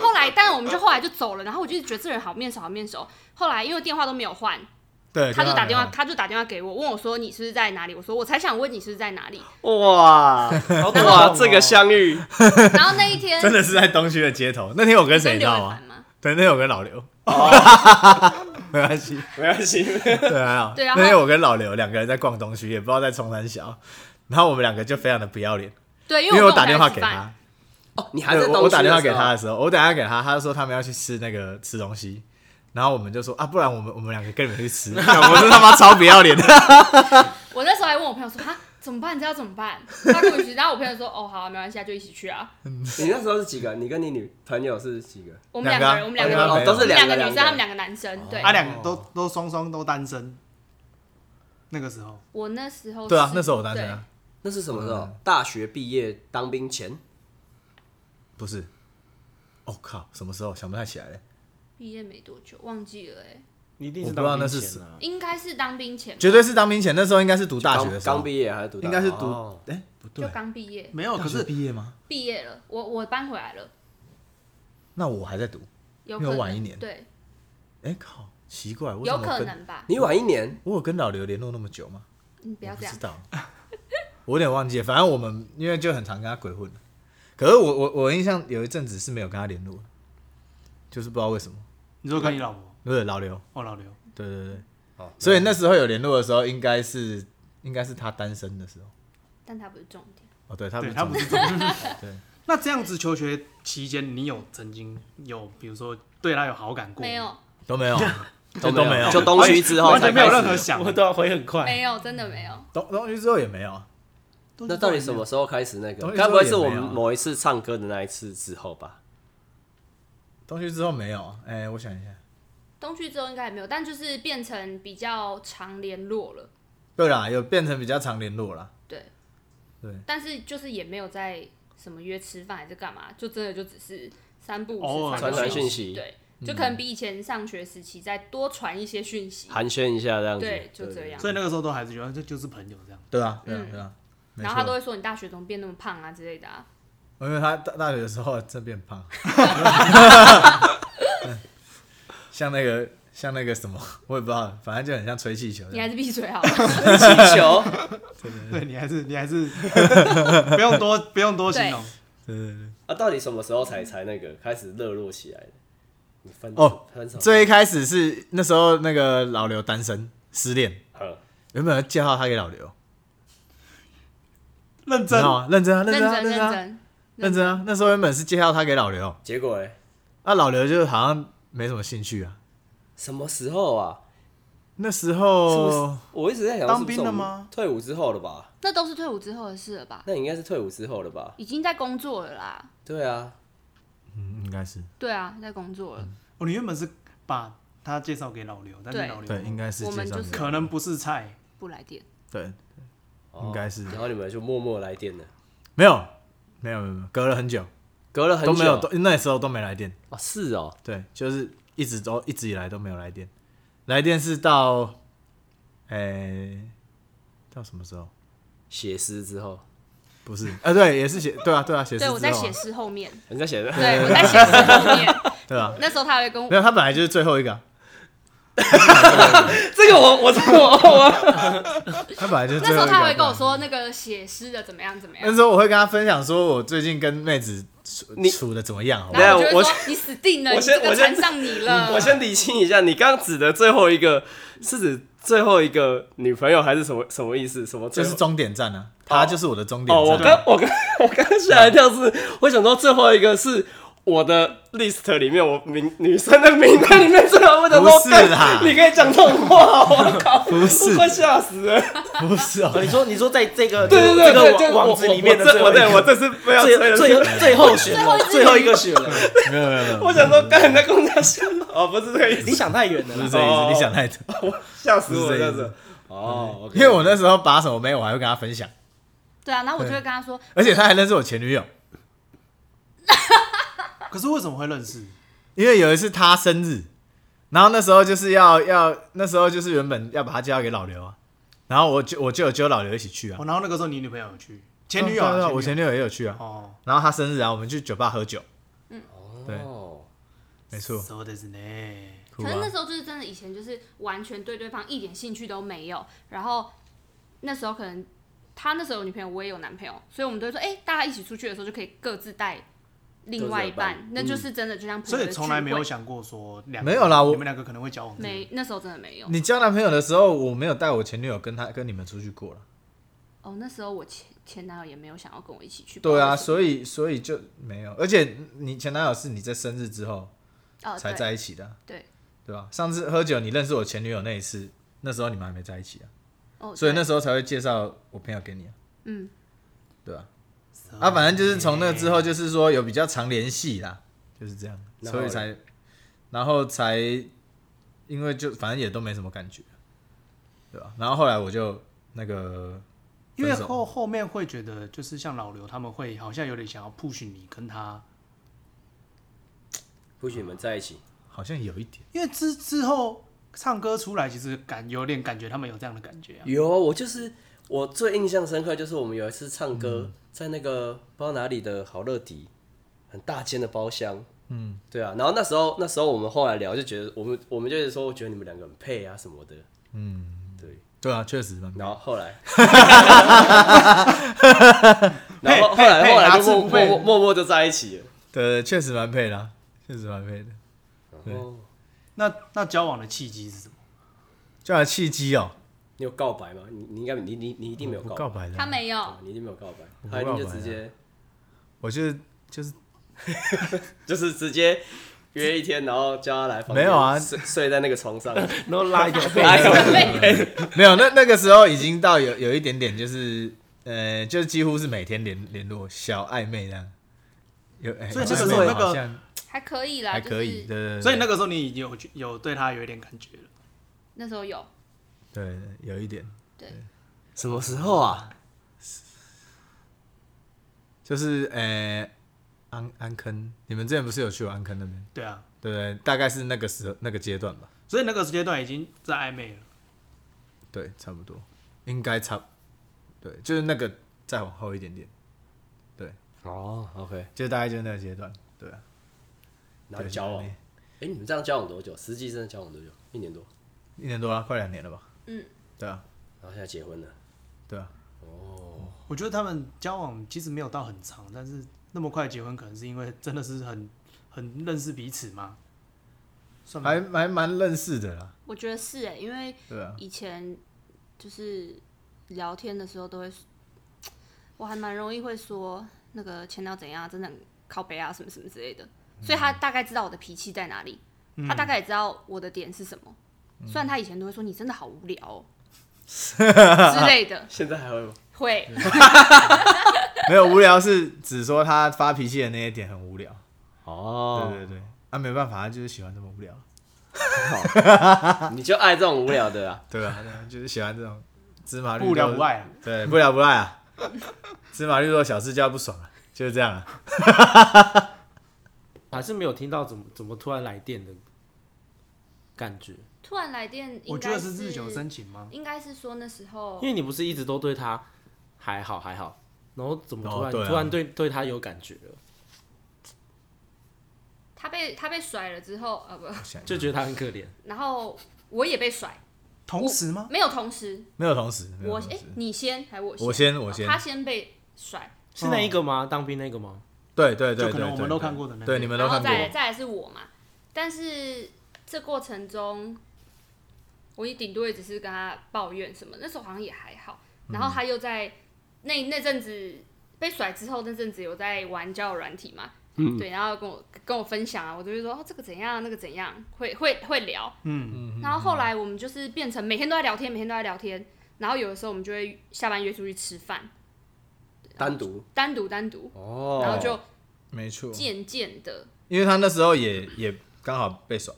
Speaker 7: 后来，但我们就后来就走了，然后我就一直觉得这人好面熟，好面熟。后来因为电话都没有换，
Speaker 2: 对，啊
Speaker 7: 他就打电话，
Speaker 2: 没有
Speaker 7: 他就打电话给我，问我说你是不是在哪里？我说我才想问你是不是在哪里。
Speaker 6: 哇
Speaker 5: 动
Speaker 6: 哇，
Speaker 5: 哦
Speaker 6: 这个相遇，
Speaker 7: 然后那一 天
Speaker 2: 真的是在东区的街头。那天我跟
Speaker 7: 你
Speaker 2: 谁
Speaker 7: 跟
Speaker 2: 你知
Speaker 7: 刘
Speaker 2: 道啊
Speaker 7: 伟
Speaker 2: 吗
Speaker 7: 凡？吗？
Speaker 2: 对，那天我跟老刘。哦 没关系，
Speaker 6: 没关系，
Speaker 2: 对啊，
Speaker 7: 对然后
Speaker 2: 那天我跟老刘两个人在逛东区，也不知道在冲山小，然后我们两个就非常的不要脸，
Speaker 7: 对，因
Speaker 2: 因为
Speaker 7: 我
Speaker 2: 打电话
Speaker 7: 跟
Speaker 2: 给
Speaker 7: 我男友吃饭，
Speaker 2: 他，
Speaker 6: 哦，你还在
Speaker 2: 对，
Speaker 6: 东区
Speaker 2: 我我打电话给他
Speaker 6: 的
Speaker 2: 的时候，我打电话给他，他就说他们要去吃那个吃东西，然后我们就说啊，不然我们我们两个跟你们去吃，我们是他妈超不要脸的，
Speaker 7: 我那时候还问我朋友说哦哈怎么办？你知道怎么办？他跟我一起，然后我朋友说哦好啊、没关系啊，就一起去啊。
Speaker 6: 时候，你那时候是几个？你跟你女朋友是几个？
Speaker 7: 我们
Speaker 2: 两个
Speaker 7: 两
Speaker 2: 啊
Speaker 7: 个人，我们两个
Speaker 2: 哦
Speaker 7: 人，
Speaker 2: 哦都是
Speaker 7: 我们两
Speaker 6: 两个
Speaker 7: 个女
Speaker 6: 两
Speaker 7: 生，
Speaker 6: 个
Speaker 7: 他们两个男
Speaker 2: 哦
Speaker 7: 生。”，对，
Speaker 2: 啊
Speaker 5: 他两个都都双双都单身。那个时候，
Speaker 7: 我那时候
Speaker 2: 对啊
Speaker 7: 是，
Speaker 2: 那时候我单身啊，
Speaker 6: 那是什么时候？
Speaker 2: 嗯
Speaker 6: 大学毕业当兵前，
Speaker 2: 不是，哦靠，什么时候想不太起来了，
Speaker 7: 对毕业没多久，忘记了哎，
Speaker 5: 你一定
Speaker 2: 我不知道那是什么，
Speaker 7: 应该是当兵前吧，
Speaker 2: 绝对是当兵前，那时候应该是读大学
Speaker 6: 刚
Speaker 2: 的时候，
Speaker 6: 刚毕业还是读大？
Speaker 2: 应该是读
Speaker 6: 哦，
Speaker 2: 哎不对哦
Speaker 7: 就，刚毕业，
Speaker 5: 没有。
Speaker 2: 大
Speaker 5: 可
Speaker 2: 学
Speaker 5: 是
Speaker 2: 毕业吗？
Speaker 7: 毕业了，我我搬回来了，
Speaker 2: 那我还在读，
Speaker 7: 有
Speaker 2: 因为
Speaker 7: 可
Speaker 2: 我
Speaker 7: 能
Speaker 2: 晚一年
Speaker 7: 对，
Speaker 2: 哎靠，奇怪，我怎
Speaker 7: 有
Speaker 2: 么
Speaker 7: 可
Speaker 2: 跟
Speaker 7: 能吧，
Speaker 6: 你晚一年，
Speaker 2: 我有跟老刘联络那么久吗？
Speaker 7: 你不
Speaker 2: 我
Speaker 7: 要
Speaker 2: 不
Speaker 7: 这样
Speaker 2: 知，道， 我有点忘记了。反正我们因为就很常跟他鬼混，可是我我我印象有一阵子是没有跟他联络的，就是不知道为什么。
Speaker 5: 你说跟你老婆，
Speaker 2: 对，老刘，
Speaker 5: 哦，老刘，
Speaker 2: 对对对。
Speaker 5: 哦
Speaker 2: 所以那时候有联络的时候，应该是应该是他单身的时候。
Speaker 7: 但他不是重点，
Speaker 2: 哦，对，他不
Speaker 5: 对
Speaker 2: 是
Speaker 5: 他不是
Speaker 2: 中年
Speaker 5: 那这样子求学期间，你有曾经有比如说对他有好感过？
Speaker 7: 没，有
Speaker 2: 都没有， 都都
Speaker 5: 啊
Speaker 2: 没有，
Speaker 6: 就东区之后
Speaker 5: 完
Speaker 6: 才
Speaker 5: 全没有任
Speaker 6: 开
Speaker 5: 何
Speaker 6: 始。
Speaker 5: 想
Speaker 1: 我。都要回很快。
Speaker 2: 哎
Speaker 7: 没有，真的没有，
Speaker 2: 东东区之后也没有啊。
Speaker 6: 那到底什么时候开始那
Speaker 2: 东区之
Speaker 6: 个？该
Speaker 2: 后
Speaker 6: 不会是我
Speaker 2: 也
Speaker 6: 们
Speaker 2: 没有啊
Speaker 6: 某一次唱歌的那一次之后吧？
Speaker 2: 东区之后没有啊，哎、我想一下。
Speaker 7: 东区之后应该也没有，但就是变成比较常联络了，
Speaker 2: 对啦，有变成比较常联络啦。
Speaker 7: 对，
Speaker 2: 对，
Speaker 7: 但是就是也没有在什么约吃饭还是干嘛，就真的就只是三不
Speaker 5: 偶
Speaker 7: 五
Speaker 5: 尔
Speaker 7: 时传
Speaker 6: 传
Speaker 7: 个
Speaker 6: 讯息
Speaker 7: 对，就可能比以前上学时期再多传一些讯息，
Speaker 6: 寒暄一下这样子，
Speaker 7: 对，就这样
Speaker 5: 所。以那个时候都还是觉得这就是朋友这样。
Speaker 2: 对啊，对啊，
Speaker 7: 嗯
Speaker 2: 对啊。没
Speaker 7: 然后他
Speaker 2: 错
Speaker 7: 都会说你大学怎么变那么胖啊之类的啊，
Speaker 2: 哦因为他大大学的时候真变胖， 像那个像那个什么，我也不知道，反正就很像吹气球这
Speaker 7: 你
Speaker 2: 样。
Speaker 7: 还是闭嘴好了。
Speaker 6: 气球，
Speaker 2: 嗯
Speaker 5: 对你还是你还是 不用多不用多形容，
Speaker 2: 对对对。
Speaker 6: 啊，到底什么时候才才那个开始热络起来的？你分
Speaker 2: 哦
Speaker 6: 分手
Speaker 2: 最一开始是那时候那个老刘单身失恋，
Speaker 6: 嗯
Speaker 2: 原本要介绍他给老刘，
Speaker 5: 认
Speaker 2: 你知
Speaker 5: 真。
Speaker 2: 道吗？认真啊，
Speaker 7: 认
Speaker 2: 真啊，
Speaker 7: 真认
Speaker 2: 真啊，
Speaker 7: 真，
Speaker 2: 认真啊。那时候原本是介绍他给老刘，
Speaker 6: 结果哎，
Speaker 2: 啊，老刘就好像没什么兴趣啊。
Speaker 6: 什么时候啊？
Speaker 2: 那时
Speaker 6: 是不
Speaker 2: 候
Speaker 6: 是我一直在想，
Speaker 5: 当兵了吗？
Speaker 6: 退伍之后了吧？
Speaker 7: 那都是退伍之后的事了吧？
Speaker 6: 那你应该是退伍之后了吧？
Speaker 7: 已经在工作了啦，
Speaker 6: 对啊，
Speaker 2: 嗯，应该是
Speaker 7: 对啊，在工作
Speaker 2: 嗯
Speaker 7: 了，
Speaker 5: 哦，你原本是把他介绍给老刘，但是
Speaker 7: 对
Speaker 5: 老刘
Speaker 2: 对，应该是
Speaker 7: 我们
Speaker 2: 介绍
Speaker 7: 就是
Speaker 2: 给
Speaker 5: 可能不是菜，
Speaker 7: 不来电。
Speaker 2: 对，
Speaker 6: 哦
Speaker 2: 应该是
Speaker 6: 然后你们就默默来电的，
Speaker 2: 没有没有没有没有，隔了很久
Speaker 6: 隔了很久啊
Speaker 2: 都没有，都那时候都没来电，
Speaker 6: 哦，是哦，
Speaker 2: 对，就是一直都一直以来都没有来电，来电是到，诶、到什么时候？
Speaker 6: 写诗之后，
Speaker 2: 不是，啊，对，也是写，对啊，对啊，写诗之
Speaker 7: 对，
Speaker 2: 后啊，
Speaker 7: 我在写诗后面，
Speaker 6: 人家写的，
Speaker 7: 对我在写诗后面，
Speaker 2: 对啊，
Speaker 7: 那时候他还会跟
Speaker 2: 没
Speaker 7: 我，
Speaker 2: 有，他本来就是最后一个啊、
Speaker 6: 这个我我这个我
Speaker 2: 他本来就是
Speaker 7: 那
Speaker 2: 最后一个啊。
Speaker 7: 时候他还会跟我
Speaker 2: 对啊啊
Speaker 7: 说那个写诗的怎么样怎么样
Speaker 2: 那，时候我会跟他分享说，我最近跟妹子处
Speaker 6: 你
Speaker 2: 处的怎么样，好不好？
Speaker 7: 然后我就
Speaker 6: 我
Speaker 7: 会说你死定了，
Speaker 6: 我
Speaker 7: 你
Speaker 6: 先
Speaker 7: 这个
Speaker 6: 我先嗯
Speaker 7: 缠上你了。
Speaker 6: 我先理清一下，你刚刚指的最后一个是指最后一个女朋友还是什么什么意思？什么最
Speaker 2: 就
Speaker 6: 后
Speaker 2: 是终点站啊，他就是我的终点
Speaker 6: 哦，我
Speaker 2: 站
Speaker 6: 刚
Speaker 2: 啊。
Speaker 6: 我刚我刚刚吓一跳是，我想说最后一个是我的 list 里面，我名女生的名单里面最后一个
Speaker 2: 不
Speaker 6: 都
Speaker 2: 是
Speaker 6: 干
Speaker 2: 啦
Speaker 6: 你可以讲这种话，我靠，
Speaker 2: 啊不是
Speaker 6: 我快吓死了。
Speaker 2: 不是哦
Speaker 1: 哦，你说你说在这个
Speaker 6: 对对对
Speaker 1: 这
Speaker 6: 对，
Speaker 1: 个
Speaker 6: 这
Speaker 1: 网
Speaker 6: 我
Speaker 1: 网子里面的
Speaker 6: 我我我对我
Speaker 1: 最
Speaker 6: 这是不要
Speaker 1: 后
Speaker 6: 吹
Speaker 1: 一个
Speaker 6: 了。
Speaker 1: 最最最后选了，最后一个选了，
Speaker 2: 没有没有没有，
Speaker 6: 我想说，干你在公交笑哦，不是这个意
Speaker 1: 你
Speaker 6: 思，
Speaker 1: 想太远了
Speaker 2: 不
Speaker 1: 啦
Speaker 2: 是。这意
Speaker 6: 哦
Speaker 2: 思，你想太多。
Speaker 6: 吓死我
Speaker 2: 不
Speaker 6: 了
Speaker 2: 是
Speaker 6: 这
Speaker 2: 这
Speaker 6: 样
Speaker 2: 意思
Speaker 6: 子。哦，
Speaker 2: 因为我那时候把什么妹，我还会跟他分享，
Speaker 7: 对啊，然后我就会跟他说，
Speaker 2: 而且他还认识我前女友，
Speaker 5: 可是为什么会认识？
Speaker 2: 因为有一次他生日，然后那时候就是要要那时候就是原本要把他介绍给老刘啊，然后我就我就有揪老刘一起去啊
Speaker 5: 哦，，然后那个时候你女朋友有去，前女
Speaker 2: 对
Speaker 5: 友
Speaker 2: 啊
Speaker 5: 啊，
Speaker 2: 对啊
Speaker 5: 女友
Speaker 2: 我前女友也有去啊，
Speaker 5: 哦，
Speaker 2: 然后他生日啊，我们去酒吧喝酒，
Speaker 7: 嗯
Speaker 2: 对
Speaker 6: 哦，
Speaker 2: 没错，啊
Speaker 5: そうですね。
Speaker 2: 酷
Speaker 7: 可是那
Speaker 2: 吧
Speaker 7: 时候就是真的以前就是完全对对方一点兴趣都没有，然后那时候可能他那时候有女朋友，我也有男朋友，所以我们都会说，哎、大家一起出去的时候就可以各自带另外一半，
Speaker 6: 各自带伴
Speaker 7: 那就是真的就像朋友
Speaker 5: 所
Speaker 7: 的
Speaker 5: 以从来没有
Speaker 7: 聚
Speaker 5: 想过说两个
Speaker 2: 没有啦我
Speaker 5: 你们两个可能会交往
Speaker 7: 会，。没那时候真的没有。
Speaker 2: 你交男朋友的时候，我没有带我前女友跟他跟你们出去过了，
Speaker 7: 哦，那时候我前前男友也没有想要跟我一起去。
Speaker 2: 对啊，
Speaker 7: 不知道
Speaker 2: 所以所以就没有，而且你前男友是你在生日之后才
Speaker 7: 为什么哦，对
Speaker 2: 在一起的啊，
Speaker 7: 对
Speaker 2: 对吧？上次喝酒你认识我前女友那一次，那时候你们还没在一起啊。
Speaker 7: 哦，
Speaker 2: 所以那
Speaker 7: 对
Speaker 2: 时候才会介绍我朋友给你啊，
Speaker 7: 嗯，
Speaker 2: 对吧、
Speaker 5: 哦
Speaker 2: 啊？反正就是从那之后，就是说有比较常联系啦，就
Speaker 5: 嗯
Speaker 2: 是这样，
Speaker 6: 然后
Speaker 2: 所以才，然后才，因为就反正也都没什么感觉，啊对吧、然后后来我就那个，
Speaker 5: 因为
Speaker 2: 分手
Speaker 5: 后后面会觉得，就是像老刘他们会好像有点想要 push 你跟他，
Speaker 6: 不许你们在一起，
Speaker 2: 好像有一点，
Speaker 5: 因为之之后唱歌出来，其实感有点感觉他们有这样的感觉啊。
Speaker 6: 有，我就是我最印象深刻就是我们有一次唱
Speaker 2: 嗯
Speaker 6: 歌，在那个不知道哪里的好乐迪，很大间的包厢。嗯，对啊，然后那时候那时候我们后来聊就觉得我们我们就是说，我觉得你们两个很配啊什么的。嗯，对。
Speaker 2: 对啊，确实嘛，
Speaker 6: 然后后 来，然后后来
Speaker 5: 配
Speaker 6: 后来
Speaker 5: 哪
Speaker 6: 就
Speaker 5: 次
Speaker 6: 默
Speaker 5: 不配
Speaker 6: 默默默就在一起了。
Speaker 2: 对，确实蛮配的啊，确实蛮配的。
Speaker 6: 然后
Speaker 5: 那那交往的契机是什么？
Speaker 2: 叫他契机哦，
Speaker 6: 你有告白吗？你你应该你你你一定没有
Speaker 2: 我
Speaker 6: 告
Speaker 2: 告
Speaker 6: 白，
Speaker 2: 白的
Speaker 7: 他
Speaker 2: 啊，
Speaker 7: 没有
Speaker 6: 啊，你一定没有告白，
Speaker 2: 我不
Speaker 6: 他一定就
Speaker 2: 告白
Speaker 6: 直
Speaker 2: 啊
Speaker 6: 接
Speaker 2: 我就是就是
Speaker 6: 就是直接约一天，然后叫他来房间
Speaker 2: 没有啊
Speaker 6: 睡睡在那个 床上。
Speaker 1: 然后拉一个背，
Speaker 6: 哎呦
Speaker 2: 没有，那那个时候已经到有有一点点，就是呃，就几乎是每天联联络，小暧昧这样。有，哎
Speaker 5: 所以
Speaker 2: 小
Speaker 5: 这
Speaker 2: 暧
Speaker 5: 个
Speaker 2: 昧
Speaker 5: 时候那个
Speaker 2: 好像
Speaker 7: 还可以啦，
Speaker 2: 还可以，对
Speaker 7: 就是、
Speaker 2: 对对，
Speaker 5: 所以那个时候你已经有有对他有一点感觉了。
Speaker 7: 那时候有
Speaker 2: 对有一点，
Speaker 7: 对
Speaker 6: 什么时候啊？
Speaker 2: 就是呃，安安坑，你们之前不是有去过安坑那边，
Speaker 5: 对啊，
Speaker 2: 对不对？大概是那个时候那个阶段吧，
Speaker 5: 所以那个时间段已经在暧昧了。
Speaker 2: 对，差不多，应该差不，对，就是那个再往后一点点，
Speaker 6: 哦，OK，
Speaker 2: 就大概就是那个阶段，对啊，
Speaker 6: 然后
Speaker 2: 对
Speaker 6: 交
Speaker 2: 就
Speaker 6: 往。
Speaker 2: 是
Speaker 6: 哎、你们这样交往多久？实际真的交往多久？一年多，
Speaker 2: 一年多了，快两年了吧？
Speaker 7: 嗯，
Speaker 2: 对啊，
Speaker 6: 然后现在结婚了。
Speaker 2: 对啊，
Speaker 6: 哦，
Speaker 5: 我觉得他们交往其实没有到很长，但是那么快结婚，可能是因为真的是很很认识彼此嘛。算吧
Speaker 2: 还还蛮认识的啦，
Speaker 7: 我觉得是哎、因为
Speaker 2: 对啊，
Speaker 7: 以前就是聊天的时候都会，我还蛮容易会说那个前男友怎样，真的很靠北啊，什么什么之类的。所以
Speaker 2: 嗯
Speaker 7: 他大概知道我的脾气在哪里，他大概也知道我的点是什么。
Speaker 2: 嗯
Speaker 7: 虽然他以前都会说你真的好无聊、 哦、之类的，
Speaker 6: 现在还会吗？
Speaker 7: 会
Speaker 2: 没有无聊是指说他发脾气的那些点很无聊，
Speaker 3: 哦，
Speaker 2: 对对对，啊，没办法，他就是喜欢这么无聊，
Speaker 6: 你就爱这种无聊的啊。
Speaker 2: 对吧？就是喜欢这种芝麻绿豆
Speaker 5: 不聊不，爱啊，
Speaker 2: 对，不聊不赖啊，芝麻绿豆小事叫不爽啊，就是这样啊。
Speaker 1: 还是没有听到怎么怎么突然来电的感觉，
Speaker 7: 突然来电，
Speaker 5: 我
Speaker 7: 应
Speaker 5: 觉
Speaker 7: 该
Speaker 5: 得是日久生情吗？
Speaker 7: 应该是说那时候
Speaker 1: 因为你不是一直都对他还好还好，然后怎么突
Speaker 2: 哦
Speaker 1: 然、
Speaker 2: 对啊
Speaker 1: 突然对对他有感觉了，
Speaker 7: 他被他被甩了之后，呃不，
Speaker 2: 我想一下
Speaker 1: 就觉得他很可怜。
Speaker 7: 然后我也被甩，
Speaker 5: 同时吗？
Speaker 7: 没有同时，
Speaker 2: 没有同时，没有
Speaker 7: 我
Speaker 2: 同时
Speaker 7: 哎、你先还是我
Speaker 2: 我先我
Speaker 7: 哦
Speaker 2: 先
Speaker 7: 他先被甩，
Speaker 1: 是那一个吗？当兵那个吗？
Speaker 2: 对对对，
Speaker 5: 就可能
Speaker 2: 对
Speaker 5: 我
Speaker 2: 对
Speaker 5: 们都
Speaker 2: 对
Speaker 5: 看过的那
Speaker 2: 对
Speaker 5: 种
Speaker 2: 你们都
Speaker 7: 然后
Speaker 2: 看
Speaker 7: 再来
Speaker 2: 过，
Speaker 7: 再来是我嘛，但是这过程中，我也顶多也只是跟他抱怨什么，那时候好像也还好，然后他又在、那那阵子被甩之后那阵子有在玩交友软体嘛，
Speaker 3: 嗯
Speaker 7: 对，然后跟我跟我分享啊，我就会说哦这个怎样那个怎样，会会会聊，
Speaker 5: 嗯，
Speaker 7: 然后后来我们就是变成每天都在聊天，每天都在聊天，然后有的时候我们就会下班约出去吃饭，
Speaker 6: 单独
Speaker 7: 单独单独，
Speaker 6: 哦，
Speaker 7: 然后就
Speaker 2: 没错，
Speaker 7: 渐渐的，
Speaker 2: 因为他那时候也也刚好被甩，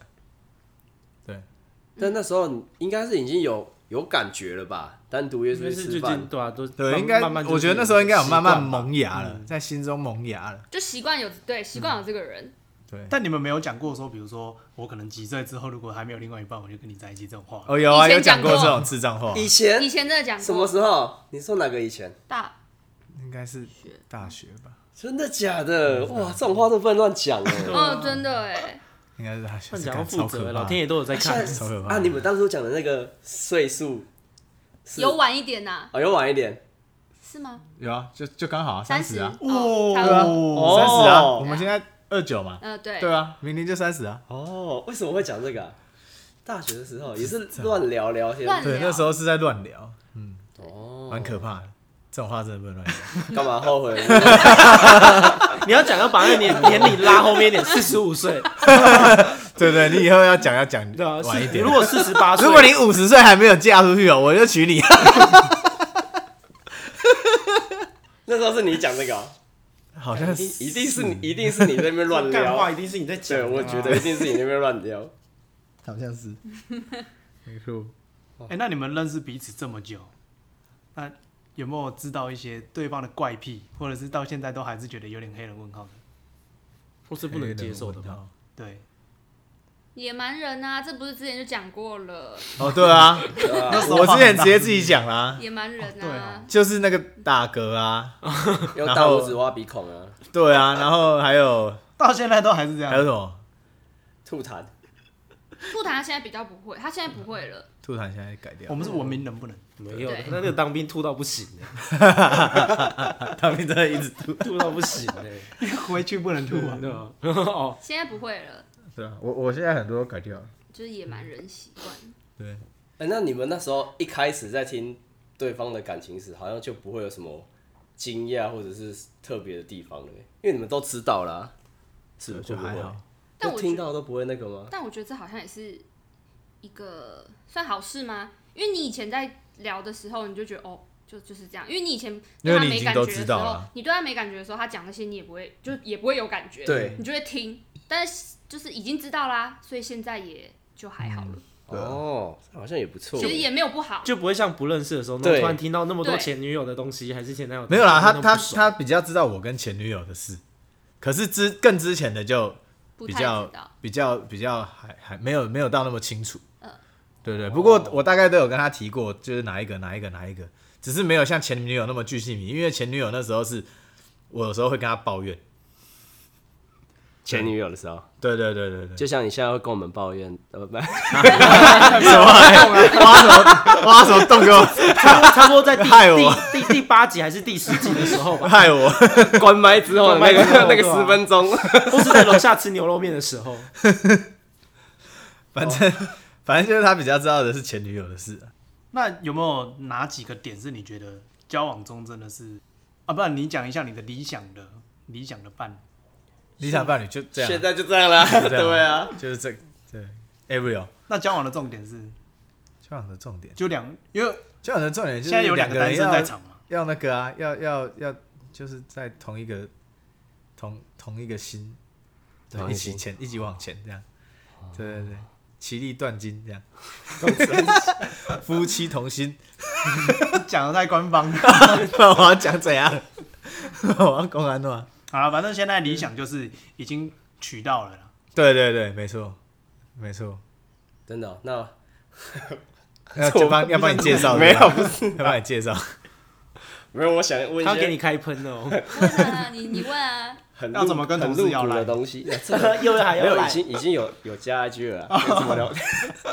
Speaker 6: 但那时候你应该是已经有有感觉了吧？单独约
Speaker 1: 因
Speaker 6: 出
Speaker 1: 为
Speaker 6: 去
Speaker 1: 是最
Speaker 6: 吃
Speaker 1: 近
Speaker 6: 饭，
Speaker 1: 对啊，都
Speaker 2: 对，
Speaker 1: 慢
Speaker 2: 应该
Speaker 1: 慢慢就是
Speaker 2: 我觉得那时候应该有慢慢
Speaker 1: 习惯吧
Speaker 2: 萌芽了，在心中萌芽了，
Speaker 7: 就习惯有对习惯有这个人，
Speaker 2: 对。
Speaker 5: 但你们没有讲过说，比如说我可能几岁之后，如果还没有另外一半，我就跟你在一起这种话。
Speaker 2: 哦，有啊，
Speaker 7: 以前
Speaker 2: 有讲
Speaker 7: 讲过
Speaker 2: 这种智障话，
Speaker 6: 以前
Speaker 7: 以前真的讲
Speaker 6: 什么
Speaker 7: 过
Speaker 6: 时候？你说哪个以前？
Speaker 7: 大
Speaker 2: 应该是大学吧，
Speaker 6: 真的假的？哇，这种话都不能乱讲哦。
Speaker 7: 嗯，真的哎，
Speaker 2: 应该是大学。
Speaker 1: 那你
Speaker 2: 是
Speaker 1: 要
Speaker 2: 干
Speaker 1: 负
Speaker 2: 超可
Speaker 1: 责，
Speaker 2: 怕
Speaker 1: 老天爷都有在看
Speaker 6: 现。
Speaker 2: 超可
Speaker 6: 在
Speaker 2: 怕
Speaker 6: 啊，你们当初讲的那个岁数是
Speaker 7: 有晚一点呐，
Speaker 6: 哦，有晚一点
Speaker 7: 是吗？
Speaker 2: 有啊，就就刚好啊，三
Speaker 7: 三
Speaker 2: 十
Speaker 7: 十
Speaker 2: 啊，
Speaker 7: 哦差不多，
Speaker 5: 哦，
Speaker 2: 三十啊，
Speaker 6: 哦
Speaker 2: 我们现在二九嘛，
Speaker 7: 嗯对
Speaker 2: 对啊，明年就三十啊，
Speaker 6: 哦。为什么会讲这个啊？大学的时候也是乱聊聊天，
Speaker 7: 乱
Speaker 2: 对，
Speaker 7: 聊
Speaker 2: 那时候是在乱聊，嗯，
Speaker 6: 哦
Speaker 2: 蛮可怕的，这种话真的不能乱讲。
Speaker 6: 干嘛后悔？
Speaker 1: 你要讲要把那个年年龄拉后面一点，四十五岁，
Speaker 2: 对对，你以后要讲要讲
Speaker 1: 对啊，
Speaker 2: 晚一
Speaker 1: 是
Speaker 2: 点
Speaker 1: 如。果四十八岁，
Speaker 2: 如果你五十岁还没有嫁出去哦，我就娶你。
Speaker 6: 那时候是你讲这个啊，
Speaker 2: 好像是
Speaker 6: 一定是你，一定是你在那边乱
Speaker 1: 干话
Speaker 6: 聊。
Speaker 1: 一定是你在讲
Speaker 6: 对，
Speaker 1: 的啊，
Speaker 6: 我觉得一定是你那边 乱聊。
Speaker 2: 好像是，没错。
Speaker 5: 哎、那你们认识彼此这么久，那有没有知道一些对方的怪癖，或者是到现在都还是觉得有点黑人问号的？
Speaker 1: 我是不能接受
Speaker 2: 哎
Speaker 1: 的吧？
Speaker 5: 对，
Speaker 7: 野蛮人啊，这不是之前就讲过了，
Speaker 2: 哦，对 啊，
Speaker 5: 候
Speaker 2: 我之前直接自己讲啦，
Speaker 7: 野蛮人啊，
Speaker 2: 就是那个打嗝啊，
Speaker 6: 用
Speaker 2: 然
Speaker 6: 大
Speaker 2: 后
Speaker 6: 拇指挖鼻孔啊，
Speaker 2: 对啊，然后还有
Speaker 5: 到现在都还是这样
Speaker 2: 还有。什么？
Speaker 6: 吐痰。
Speaker 7: 兔糖他现在比较不会，他现在不会了，
Speaker 2: 吐痰现在改掉
Speaker 5: 我，们是文明人，不能。
Speaker 1: 没有，
Speaker 7: 对
Speaker 1: 那个当兵吐到不行欸，
Speaker 2: 他们真的一直吐。
Speaker 1: 吐到不行欸
Speaker 5: 回去不能吐啊！
Speaker 1: 对啊，哦，
Speaker 7: 现在不会了，
Speaker 2: 对啊，我我现在很多改掉了。
Speaker 7: 就是野蛮人习惯。
Speaker 2: 对，
Speaker 6: 哎、那你们那时候一开始在听对方的感情史，好像就不会有什么惊讶或者是特别的地方了耶，因为你们都知道啦，是不是
Speaker 2: 就还好。
Speaker 7: 但
Speaker 6: 就
Speaker 7: 我
Speaker 6: 听
Speaker 7: 觉
Speaker 6: 到都不会那个吗？
Speaker 7: 但我觉得这好像也是一个算好事吗？因为你以前在聊的时候，你就觉得哦，就就是这样。因为你以前
Speaker 2: 因
Speaker 7: 对
Speaker 2: 为
Speaker 7: 他
Speaker 2: 你已
Speaker 7: 没
Speaker 2: 经
Speaker 7: 感
Speaker 2: 都
Speaker 7: 觉的
Speaker 2: 知
Speaker 7: 时
Speaker 2: 道
Speaker 7: 候
Speaker 2: 了，
Speaker 7: 你对他没感觉的时候，他讲那些你也不会，就也不会有感觉，
Speaker 6: 对
Speaker 7: 你就会听。但是就是已经知道啦，所以现在也就还好
Speaker 2: 嗯
Speaker 7: 了，
Speaker 1: 啊
Speaker 6: 哦，好像也不错
Speaker 7: 其。实也没有不好。
Speaker 1: 就不会像不认识的时候，那种
Speaker 6: 对
Speaker 1: 突然听到那么多
Speaker 7: 对
Speaker 1: 前女友的东西，还是前男友的
Speaker 2: 没有
Speaker 1: 东
Speaker 2: 啦，
Speaker 1: 西
Speaker 2: 他
Speaker 1: 那
Speaker 2: 他
Speaker 1: 不爽
Speaker 2: 他比较知道我跟前女友的事，可是之更之前的就
Speaker 7: 不
Speaker 2: 比
Speaker 7: 太
Speaker 2: 较
Speaker 7: 知道， 嗯
Speaker 2: 比较比较还还没有没有到那么清楚。对对，不过
Speaker 1: 哦
Speaker 2: 我大概都有跟他提过，就是哪一个哪一个哪一个，只是没有像前女友那么巨细靡，因为前女友那时候是我有时候会跟他抱怨。
Speaker 6: 前女友的时候，
Speaker 2: 对对对对对，
Speaker 6: 就像你现在会跟我们抱怨，呃，不，
Speaker 2: 什么挖什么挖什么洞给我，
Speaker 1: 差不多差不多 在第
Speaker 2: 害我
Speaker 1: 第第第八集还是第十集的时候吧，
Speaker 2: 害我。
Speaker 6: 关麦之后的那
Speaker 1: 关
Speaker 6: 个
Speaker 1: 麦之后
Speaker 6: 那个
Speaker 1: 对啊
Speaker 6: 十分钟，
Speaker 1: 或是在楼下吃牛肉面的时候，
Speaker 2: 反正、反正就是他比较知道的是前女友的事、啊。
Speaker 5: 那有没有哪几个点是你觉得交往中真的是啊？不然你讲一下你的理想的理想的伴侣，
Speaker 2: 理想伴侣就这样
Speaker 6: 现
Speaker 2: 啊，
Speaker 6: 在就这样啦，
Speaker 2: 就这样
Speaker 6: 对啊，，
Speaker 2: 就是这对 Ariel
Speaker 5: 那交往的重点是
Speaker 2: 交往的重点，
Speaker 5: 就两，因为
Speaker 2: 交往的重点就是
Speaker 5: 现在有两
Speaker 2: 两
Speaker 5: 个
Speaker 2: 人
Speaker 5: 单身
Speaker 2: 要
Speaker 5: 在场嘛，
Speaker 2: 要那个啊，要要要，就是在同一个同同一个心哦对，一起前一起往前这样，对对对，其利断金这样， 夫妻同心。
Speaker 5: 讲的太官 方了。
Speaker 2: 不 然我要讲怎样？ 我要公安的嘛？
Speaker 5: 好了，反正现在理想就是已经取到了啦。
Speaker 2: 对对对，没错，没 错。
Speaker 6: 真的哦、那
Speaker 2: 要就帮要帮你介绍，
Speaker 6: 没有
Speaker 2: 不是吧要帮你 介绍。
Speaker 6: 没有，我想问一
Speaker 1: 他给
Speaker 6: 些
Speaker 1: 你开喷哦，
Speaker 7: 问啊，你你问啊，
Speaker 6: 很
Speaker 5: 要怎么跟
Speaker 6: 很
Speaker 5: 同事
Speaker 6: 露
Speaker 5: 要
Speaker 6: 骨
Speaker 5: 来
Speaker 6: 的东西。
Speaker 1: 又 还
Speaker 6: 没
Speaker 1: 要
Speaker 6: 有，
Speaker 1: 来
Speaker 6: 已，经已经有有加 IG 了啦，没什么聊？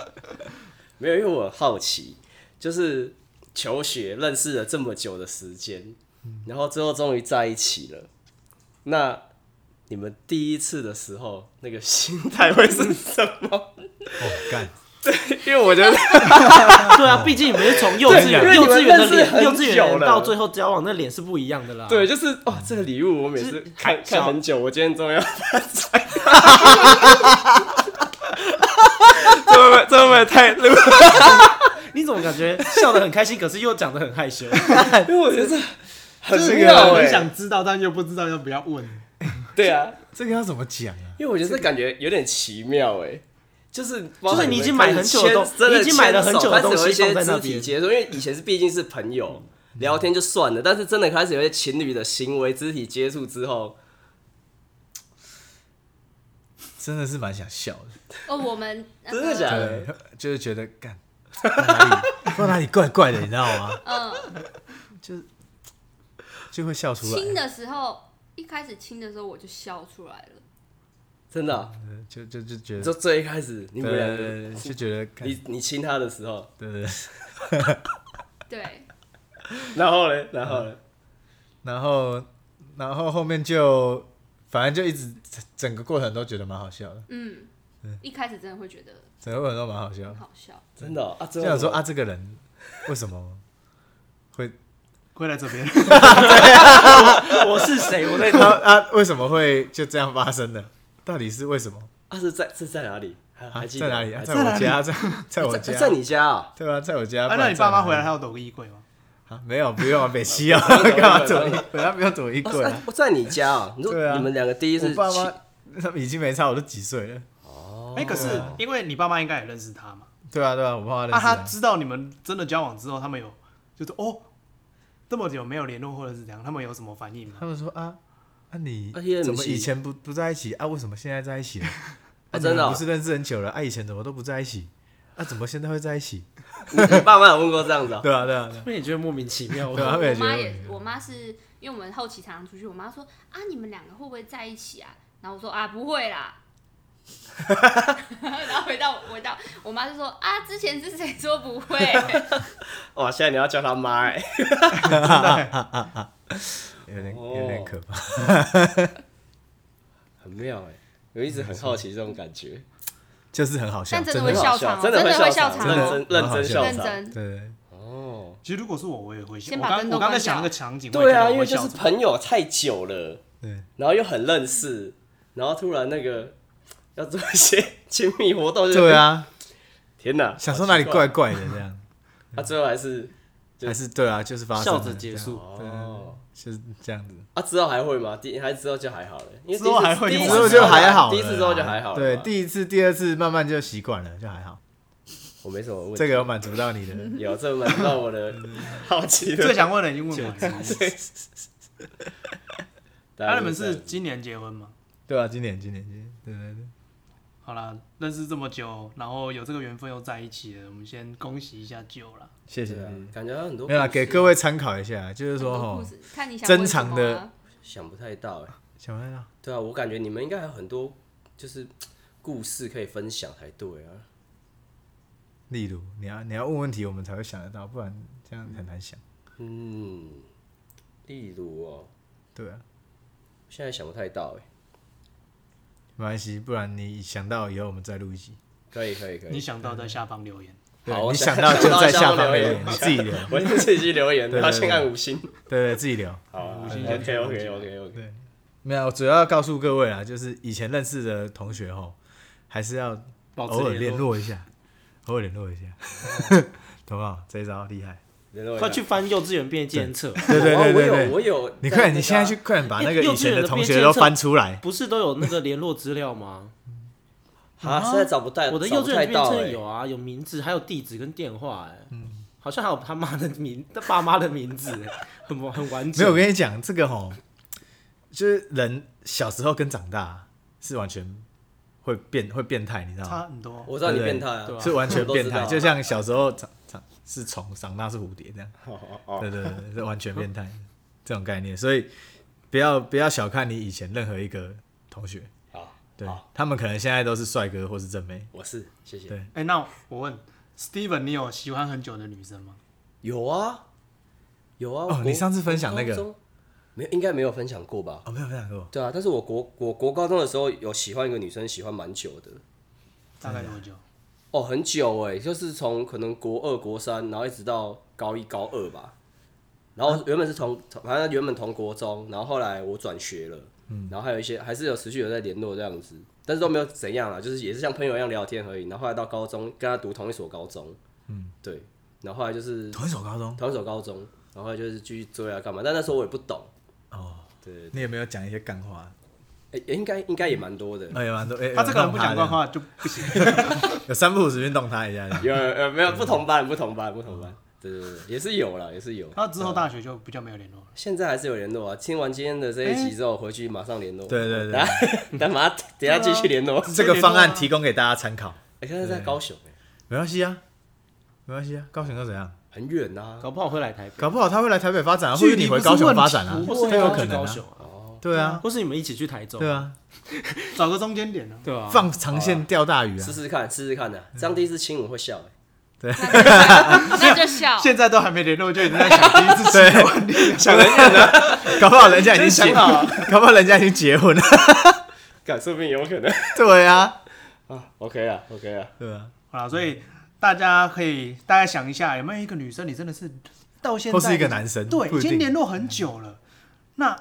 Speaker 6: 没有，因为我好奇，就是求学认识了这么久的时间，然后最后终于在一起了。那你们第一次的时候，那个心态会是什么？
Speaker 2: 哦， 干，
Speaker 6: 因为我觉得
Speaker 1: 对啊，毕竟你们是从幼稚
Speaker 6: 因
Speaker 1: 园
Speaker 6: 为你
Speaker 1: 幼
Speaker 6: 们
Speaker 1: 稚园的
Speaker 6: 认识很
Speaker 1: 脸，幼稚园的
Speaker 6: 久
Speaker 1: 脸
Speaker 6: 了
Speaker 1: 到最后交往，那脸是不一样的啦。
Speaker 6: 对，，就是哦，这个礼物我每次看
Speaker 1: 小
Speaker 6: 看很久，我今天终于要把它拆了。这会不会这会不 会太？
Speaker 1: 你怎么感觉笑得很开心，可是又讲得很害羞？
Speaker 6: 因为我觉得很
Speaker 5: 就是
Speaker 6: 妙欸
Speaker 5: 很想知道，但又不知道要不要问。
Speaker 6: 对啊，
Speaker 2: 这个要怎么讲啊？
Speaker 6: 因为我觉得这感觉有点奇妙哎、就是
Speaker 1: 就是你已经买很久的东
Speaker 6: 真
Speaker 1: 你已经买了很久的东西
Speaker 6: 开始有一
Speaker 1: 放在
Speaker 6: 些
Speaker 1: 那边嗯
Speaker 6: 肢体接触，因为以前是毕竟是朋友聊天就算了，但是真的开始有一些情侣的行为、肢体接触之后，
Speaker 2: 真的是蛮想笑的。
Speaker 7: 哦，我们
Speaker 6: 真的假的？
Speaker 2: 对，就是觉得干，哪里不知道哪里怪怪的，你知道吗？
Speaker 7: 嗯，
Speaker 2: 就会笑出
Speaker 7: 亲
Speaker 2: 来，
Speaker 7: 的时候，一开始亲的时候我就笑出来了，
Speaker 6: 真的啊、
Speaker 2: 嗯就就就觉
Speaker 6: 就
Speaker 2: 得，
Speaker 6: 最一开始你
Speaker 2: 对
Speaker 6: 们
Speaker 2: 对
Speaker 6: 两
Speaker 2: 对，
Speaker 6: 个，
Speaker 2: 对就觉得干，
Speaker 6: 你你亲他的时候，
Speaker 2: 对对。对
Speaker 7: 对，
Speaker 6: 然后嘞，然后
Speaker 1: 嗯
Speaker 6: 嘞，
Speaker 2: 然后，然后后面就，反正就一直整个过程都觉得蛮好笑的，
Speaker 7: 嗯，一开始真的会觉得
Speaker 2: 整个过程都蛮好笑
Speaker 7: 很
Speaker 2: 的。
Speaker 7: 好笑，
Speaker 6: 真的哦、啊，
Speaker 2: 就
Speaker 6: 真的
Speaker 2: 想说啊，，这个人为什么 会
Speaker 5: 会来这 边，
Speaker 1: 我是谁？我在
Speaker 2: 啊啊？为什么会就这样发生的？到底是为什么？
Speaker 6: 啊是在是在哪里？还
Speaker 2: 啊，
Speaker 6: 还记得
Speaker 2: 在哪里？啊
Speaker 6: 还
Speaker 2: 在我家，在在我
Speaker 6: 在
Speaker 2: 家，
Speaker 6: 在你家啊？
Speaker 2: 对啊，在我家。
Speaker 5: 啊
Speaker 2: 不
Speaker 5: 那
Speaker 2: 然
Speaker 5: 你爸
Speaker 2: 在哪
Speaker 5: 妈
Speaker 2: 里
Speaker 5: 回来还要抖个衣柜吗？
Speaker 2: 啊？没有，不用啊，北西啊，干嘛躲衣柜？他不用躲衣
Speaker 6: 啊
Speaker 2: 柜
Speaker 6: 啊
Speaker 2: 啊。
Speaker 6: 我在你家啊？你说
Speaker 2: 对啊
Speaker 6: 你们两个第一次啊
Speaker 2: 我爸妈
Speaker 6: 亲
Speaker 2: 他们已经没差，我都几岁了。
Speaker 1: 哦
Speaker 5: 哎，可是因为你爸妈应该也认识他嘛，
Speaker 2: 对啊，对啊，我爸妈认识
Speaker 5: 那他
Speaker 2: 啊
Speaker 5: 知道你们真的交往之后，他们有就是哦，这么久没有联络或者是怎样，他们有什么反应吗？
Speaker 2: 他们说啊，啊你
Speaker 6: 啊现在
Speaker 2: 怎
Speaker 6: 你
Speaker 2: 么
Speaker 6: 是
Speaker 2: 以前不不在一起啊？为什么现在在一起了？啊，
Speaker 1: 哎
Speaker 6: 啊真的
Speaker 2: 你们
Speaker 6: 哦
Speaker 2: 不是认识很久了？啊，以前怎么都不在一起？啊，怎么现在会在一起？
Speaker 6: 你你 爸妈有问过这样子啊？
Speaker 2: 对啊，对啊，对啊
Speaker 1: 那也觉得莫名其妙
Speaker 2: 对啊，
Speaker 1: 啊。
Speaker 2: 他们也
Speaker 7: 我
Speaker 2: 觉
Speaker 7: 妈
Speaker 2: 得
Speaker 7: 也，我妈是因为我们后期常常出去，我妈说啊，你们两个会不会在一起啊？然后我说啊，不会啦。 然后回到回到我妈就说啊，之前是谁说不会？
Speaker 6: 哇，现在你要叫他妈哎、
Speaker 2: 有点
Speaker 6: 哦
Speaker 2: 有点可怕。
Speaker 6: 很妙哎、我一直很好奇这种感觉，
Speaker 2: 就是很好笑，
Speaker 7: 但真的
Speaker 2: 真
Speaker 7: 会
Speaker 2: 的
Speaker 7: 笑场哦
Speaker 6: 真的
Speaker 7: 真的
Speaker 6: 会
Speaker 7: 会
Speaker 6: 笑
Speaker 7: 笑
Speaker 6: 场，
Speaker 7: 场
Speaker 6: 认
Speaker 7: 哦
Speaker 6: 真 认真笑
Speaker 7: 认
Speaker 6: 场。
Speaker 7: 真，
Speaker 2: 对对
Speaker 6: 哦，
Speaker 5: 其实如果是我，我也会笑。
Speaker 7: 先
Speaker 5: 我
Speaker 7: 把
Speaker 5: 刚
Speaker 7: 灯
Speaker 5: 我
Speaker 7: 都
Speaker 5: 刚才
Speaker 7: 关
Speaker 5: 想那
Speaker 7: 掉
Speaker 5: 个场景，我
Speaker 6: 对
Speaker 5: 也觉
Speaker 6: 啊，
Speaker 5: 得
Speaker 6: 因
Speaker 5: 我
Speaker 6: 为
Speaker 5: 会
Speaker 6: 就
Speaker 5: 笑
Speaker 6: 是
Speaker 5: 场
Speaker 6: 朋友太久了，
Speaker 2: 对，
Speaker 6: 然后又很认识，然后突然那个要做一些亲密活动，就
Speaker 2: 对，啊，
Speaker 6: 天哪，
Speaker 2: 想说哪里怪怪的这样，
Speaker 6: 他、啊、最后还是就
Speaker 2: 还是对啊，就是发生
Speaker 1: 笑
Speaker 2: 了
Speaker 1: 着结束，
Speaker 2: 这样，对对
Speaker 6: 哦，
Speaker 2: 对就是这样子。
Speaker 6: 啊，之后还会吗？第还是之后就还好了，因为
Speaker 5: 之后
Speaker 6: 第一次
Speaker 5: 还会
Speaker 6: 第一
Speaker 5: 吗
Speaker 6: 次
Speaker 2: 之后就还好了啦，
Speaker 6: 第一次之后就还好了吧，
Speaker 2: 对，第一次、第二次慢慢就习惯了，就还好。
Speaker 6: 我没什么问题，
Speaker 2: 这个有嗯满足到你 的，
Speaker 6: 有这满足到我的好奇的，
Speaker 5: 最想问的已经问完了。
Speaker 6: 啊
Speaker 5: 那
Speaker 6: 大概
Speaker 5: 啊你们
Speaker 6: 就这样
Speaker 5: 是今年结婚吗？
Speaker 2: 对啊，今年今年今年，对对对。
Speaker 5: 好啦，认识这么久，然后有这个缘分又在一起了，我们先恭喜一下舅啦。
Speaker 2: 谢谢
Speaker 6: 对啊
Speaker 2: 谢谢
Speaker 6: 感觉到很多
Speaker 2: 嗯没有啦，
Speaker 6: 故事
Speaker 2: 给
Speaker 6: 啊
Speaker 2: 各位参考一下，就是说
Speaker 7: 很多故
Speaker 2: 哈，
Speaker 7: 事看你想
Speaker 2: 珍
Speaker 7: 问什
Speaker 2: 藏
Speaker 7: 么
Speaker 2: 的
Speaker 7: 啊
Speaker 6: 想不太到哎、
Speaker 2: 想不到，
Speaker 6: 对啊，我感觉你们应该还有很多就是故事可以分享才对啊。
Speaker 2: 例如你要你要问问题，我们才会想得到，不然这样很难想。
Speaker 6: 嗯，例如哦，
Speaker 2: 对啊，
Speaker 6: 现在想不太到哎、
Speaker 2: 没关系，不然你想到以后我们再录一集。
Speaker 6: 可以可以可
Speaker 5: 你
Speaker 6: 以，
Speaker 5: 想到在下方留言，
Speaker 2: 对
Speaker 6: 好我
Speaker 2: 你
Speaker 6: 想
Speaker 2: 想到就在下
Speaker 6: 想到
Speaker 2: 方
Speaker 6: 留言
Speaker 2: 留言，你自己留，
Speaker 6: 我先自己去留言，
Speaker 2: 对对对
Speaker 6: 然后先按五星。
Speaker 2: 对对，自己留。
Speaker 6: 好啊，
Speaker 5: 五
Speaker 6: 五
Speaker 5: 星
Speaker 6: 星
Speaker 5: 先
Speaker 6: OK OK OK OK。
Speaker 2: 对，没有，主要要告诉各位啊，就是以前认识的同学吼，还是要
Speaker 1: 保
Speaker 2: 偶尔
Speaker 1: 持
Speaker 2: 联
Speaker 1: 联络。哦啊
Speaker 2: 络一下，偶尔联络一下，懂不懂？这一招厉害，
Speaker 6: 联络一下
Speaker 1: 快去翻幼稚园变监测，
Speaker 2: 对对对对
Speaker 6: 哦
Speaker 2: 对，
Speaker 6: 我有我有，
Speaker 2: 你快点，你现
Speaker 6: 啊
Speaker 2: 在去快点把那个以前的同学都翻出来。
Speaker 1: 不是都有那个联络资料 吗？
Speaker 6: 啊，现在找不到，
Speaker 1: 我的
Speaker 6: 找
Speaker 1: 幼
Speaker 6: 不
Speaker 1: 稚
Speaker 6: 太
Speaker 1: 园这边
Speaker 6: 到
Speaker 1: 真的
Speaker 6: 欸嗯
Speaker 1: 有啊，有名字，还有地址跟电话、哎，好像还有他妈的名，他爸妈的名字、哎很完很完
Speaker 2: 没
Speaker 1: 整。
Speaker 2: 有，我跟你讲，这个吼，就是人小时候跟长大是完全会变会变态，你知道吗？
Speaker 5: 差很多。
Speaker 6: 我知道你
Speaker 2: 对不对
Speaker 6: 变态啊，
Speaker 1: 对吧
Speaker 2: 是完全
Speaker 6: 我都
Speaker 2: 变
Speaker 6: 知道
Speaker 2: 态，
Speaker 6: 啊
Speaker 2: 就像小时候长长是虫，长大是蝴蝶这样。
Speaker 6: 哦哦哦
Speaker 2: 对对对，这完全变态这种概念，所以不要不要小看你以前任何一个同学，
Speaker 6: 好，
Speaker 2: 对
Speaker 6: 好
Speaker 2: 他们可能现在都是帅哥或是正妹，
Speaker 6: 我是谢
Speaker 2: 对
Speaker 6: 谢。
Speaker 5: 哎、那我问 Steven，你有喜欢很久的女生吗？
Speaker 6: 有啊，有啊。
Speaker 2: 哦
Speaker 6: 我国
Speaker 2: 你上次分享那个，
Speaker 6: 国高中没有应该没有分享过吧？
Speaker 2: 哦，没有分享过，
Speaker 6: 对啊，但是我国我国高中的时候有喜欢一个女生，喜欢蛮久的，
Speaker 5: 大概多久？
Speaker 6: 哦，很久哎，就是从可能国二、国三，然后一直到高一、高二吧。然
Speaker 2: 啊
Speaker 6: 后原本是同，同反正原本同国中，然后后来我转学了，
Speaker 2: 嗯
Speaker 6: 然后还有一些还是有持续有在联络这样子，但是都没有怎样啊，就是也是像朋友一样聊天而已。然后后来到高中，跟他读同一所高中，嗯，对，然后后来就是
Speaker 2: 同一所高中，
Speaker 6: 同一所高中，然后后来就是继续追啊干嘛，但那时候我也不懂，
Speaker 2: 哦，
Speaker 6: 对对，
Speaker 2: 你有没有讲一些干话？
Speaker 6: 哎、诶应该应该也蛮多的，
Speaker 2: 哎，有蛮多，哎，
Speaker 5: 他这个人不
Speaker 2: 干
Speaker 5: 讲官，话就不行。
Speaker 2: 有三不五时便动他一下这 样，
Speaker 6: 有有有没有不同班不同班不同班，对对对，也是有啦，也是有。
Speaker 5: 他之后大学就比较没有联络了。
Speaker 6: 现在还是有联络啊。听完今天的这一集之后，回去马上联络。
Speaker 2: 对对对
Speaker 6: 等下，等下马上等下继续联络。
Speaker 2: 这个方案提供给大家参考，
Speaker 6: 哎，现在在高雄，哎，
Speaker 2: 没关系啊，没关系啊，高雄又怎样？
Speaker 6: 很远啊呐。
Speaker 1: 搞不好会来台北，
Speaker 2: 搞不好他会来台北发展啊，或
Speaker 5: 距
Speaker 2: 者
Speaker 5: 离
Speaker 2: 你回高雄发展啊
Speaker 5: 不，
Speaker 1: 或
Speaker 2: 都
Speaker 1: 是
Speaker 2: 有
Speaker 1: 他
Speaker 2: 可
Speaker 1: 去
Speaker 2: 能
Speaker 1: 高
Speaker 2: 啊
Speaker 1: 雄，啊，
Speaker 2: 对啊，
Speaker 1: 或是你们一起去台中，
Speaker 2: 对，啊，
Speaker 5: 找个中间点呢、
Speaker 1: 对啊，
Speaker 2: 放长线钓大鱼啊
Speaker 6: 试，试看，试试看呐。这样第一次亲我会笑，哎
Speaker 7: 那就 笑。
Speaker 5: 现在都还没联络，就已经在想第一次
Speaker 2: 对，想 人家呢，搞不好人家已经
Speaker 5: 真
Speaker 2: 结，
Speaker 5: 想好
Speaker 2: 搞不好人家已经结婚了。
Speaker 6: 敢说不定有可能。
Speaker 2: 对啊，
Speaker 6: OK 啊，OK 啊，
Speaker 2: 对啊，
Speaker 5: 好啦，所以大家可以大家想一下，有没有一个女生你真的是到现在
Speaker 2: 或是一个男生
Speaker 5: 对，
Speaker 2: 不
Speaker 5: 已
Speaker 2: 一定嗯
Speaker 5: 经联络很久了，那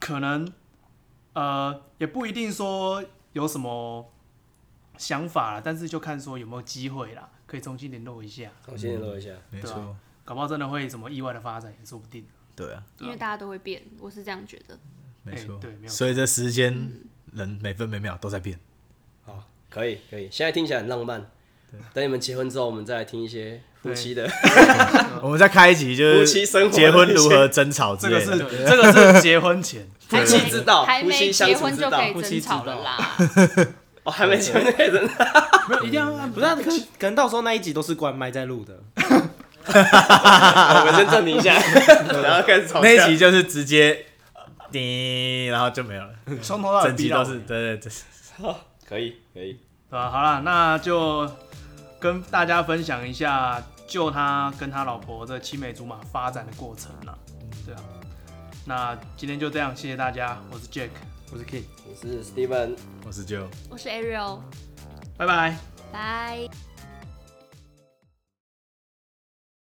Speaker 5: 可能呃也不一定说有什么想法啦，但是就看说有没有机会啦，可以重新联络一下，
Speaker 6: 我先联络一下。
Speaker 2: 没
Speaker 5: 对啊，搞不好真的会什么意外的发展也说不定。
Speaker 2: 对啊，
Speaker 7: 因为大家都会变，我是这样觉得。
Speaker 2: 没错
Speaker 5: 哎对没。有错
Speaker 2: 随着时间，人每分每秒都在变。
Speaker 6: 好，可以可以。现在听起来很浪漫。等你们结婚之后，我们再来听一些夫妻的。
Speaker 2: 我们再开一集，就
Speaker 6: 夫妻生
Speaker 2: 是
Speaker 6: 活
Speaker 2: 结婚如何争吵之
Speaker 5: 这个
Speaker 2: 类
Speaker 5: 是
Speaker 2: 的。
Speaker 5: 这个是结婚前，
Speaker 6: 夫妻之道，
Speaker 7: 还
Speaker 6: 夫
Speaker 7: 没
Speaker 6: 妻相
Speaker 7: 结
Speaker 6: 处
Speaker 7: 婚
Speaker 6: 之
Speaker 7: 就
Speaker 6: 道
Speaker 7: 可。以争吵了啦。
Speaker 6: 哦，还没结婚就可以争吵。
Speaker 5: 没有一定要按
Speaker 1: 不是啊，可可能到时候那一集都是关麦在录的，
Speaker 6: 我们先暂停一下，然后开始吵架。
Speaker 2: 那一集就是直接叮，然后就没有了，
Speaker 5: 从头到尾
Speaker 2: 整
Speaker 5: 逼
Speaker 2: 集
Speaker 5: 到
Speaker 2: 都
Speaker 5: 尾
Speaker 2: 是对对对，
Speaker 6: 可以可以。
Speaker 5: 对吧、好啦，那就跟大家分享一下，就他跟他老婆这青梅竹马发展的过程啦。
Speaker 1: 嗯
Speaker 5: 对啊，那今天就这样，谢谢大家，我是 Jack，
Speaker 1: 我是 K。
Speaker 6: 我是 Steven。
Speaker 2: 我是就。
Speaker 7: 我是 Ariel，
Speaker 5: 拜拜。
Speaker 7: 拜。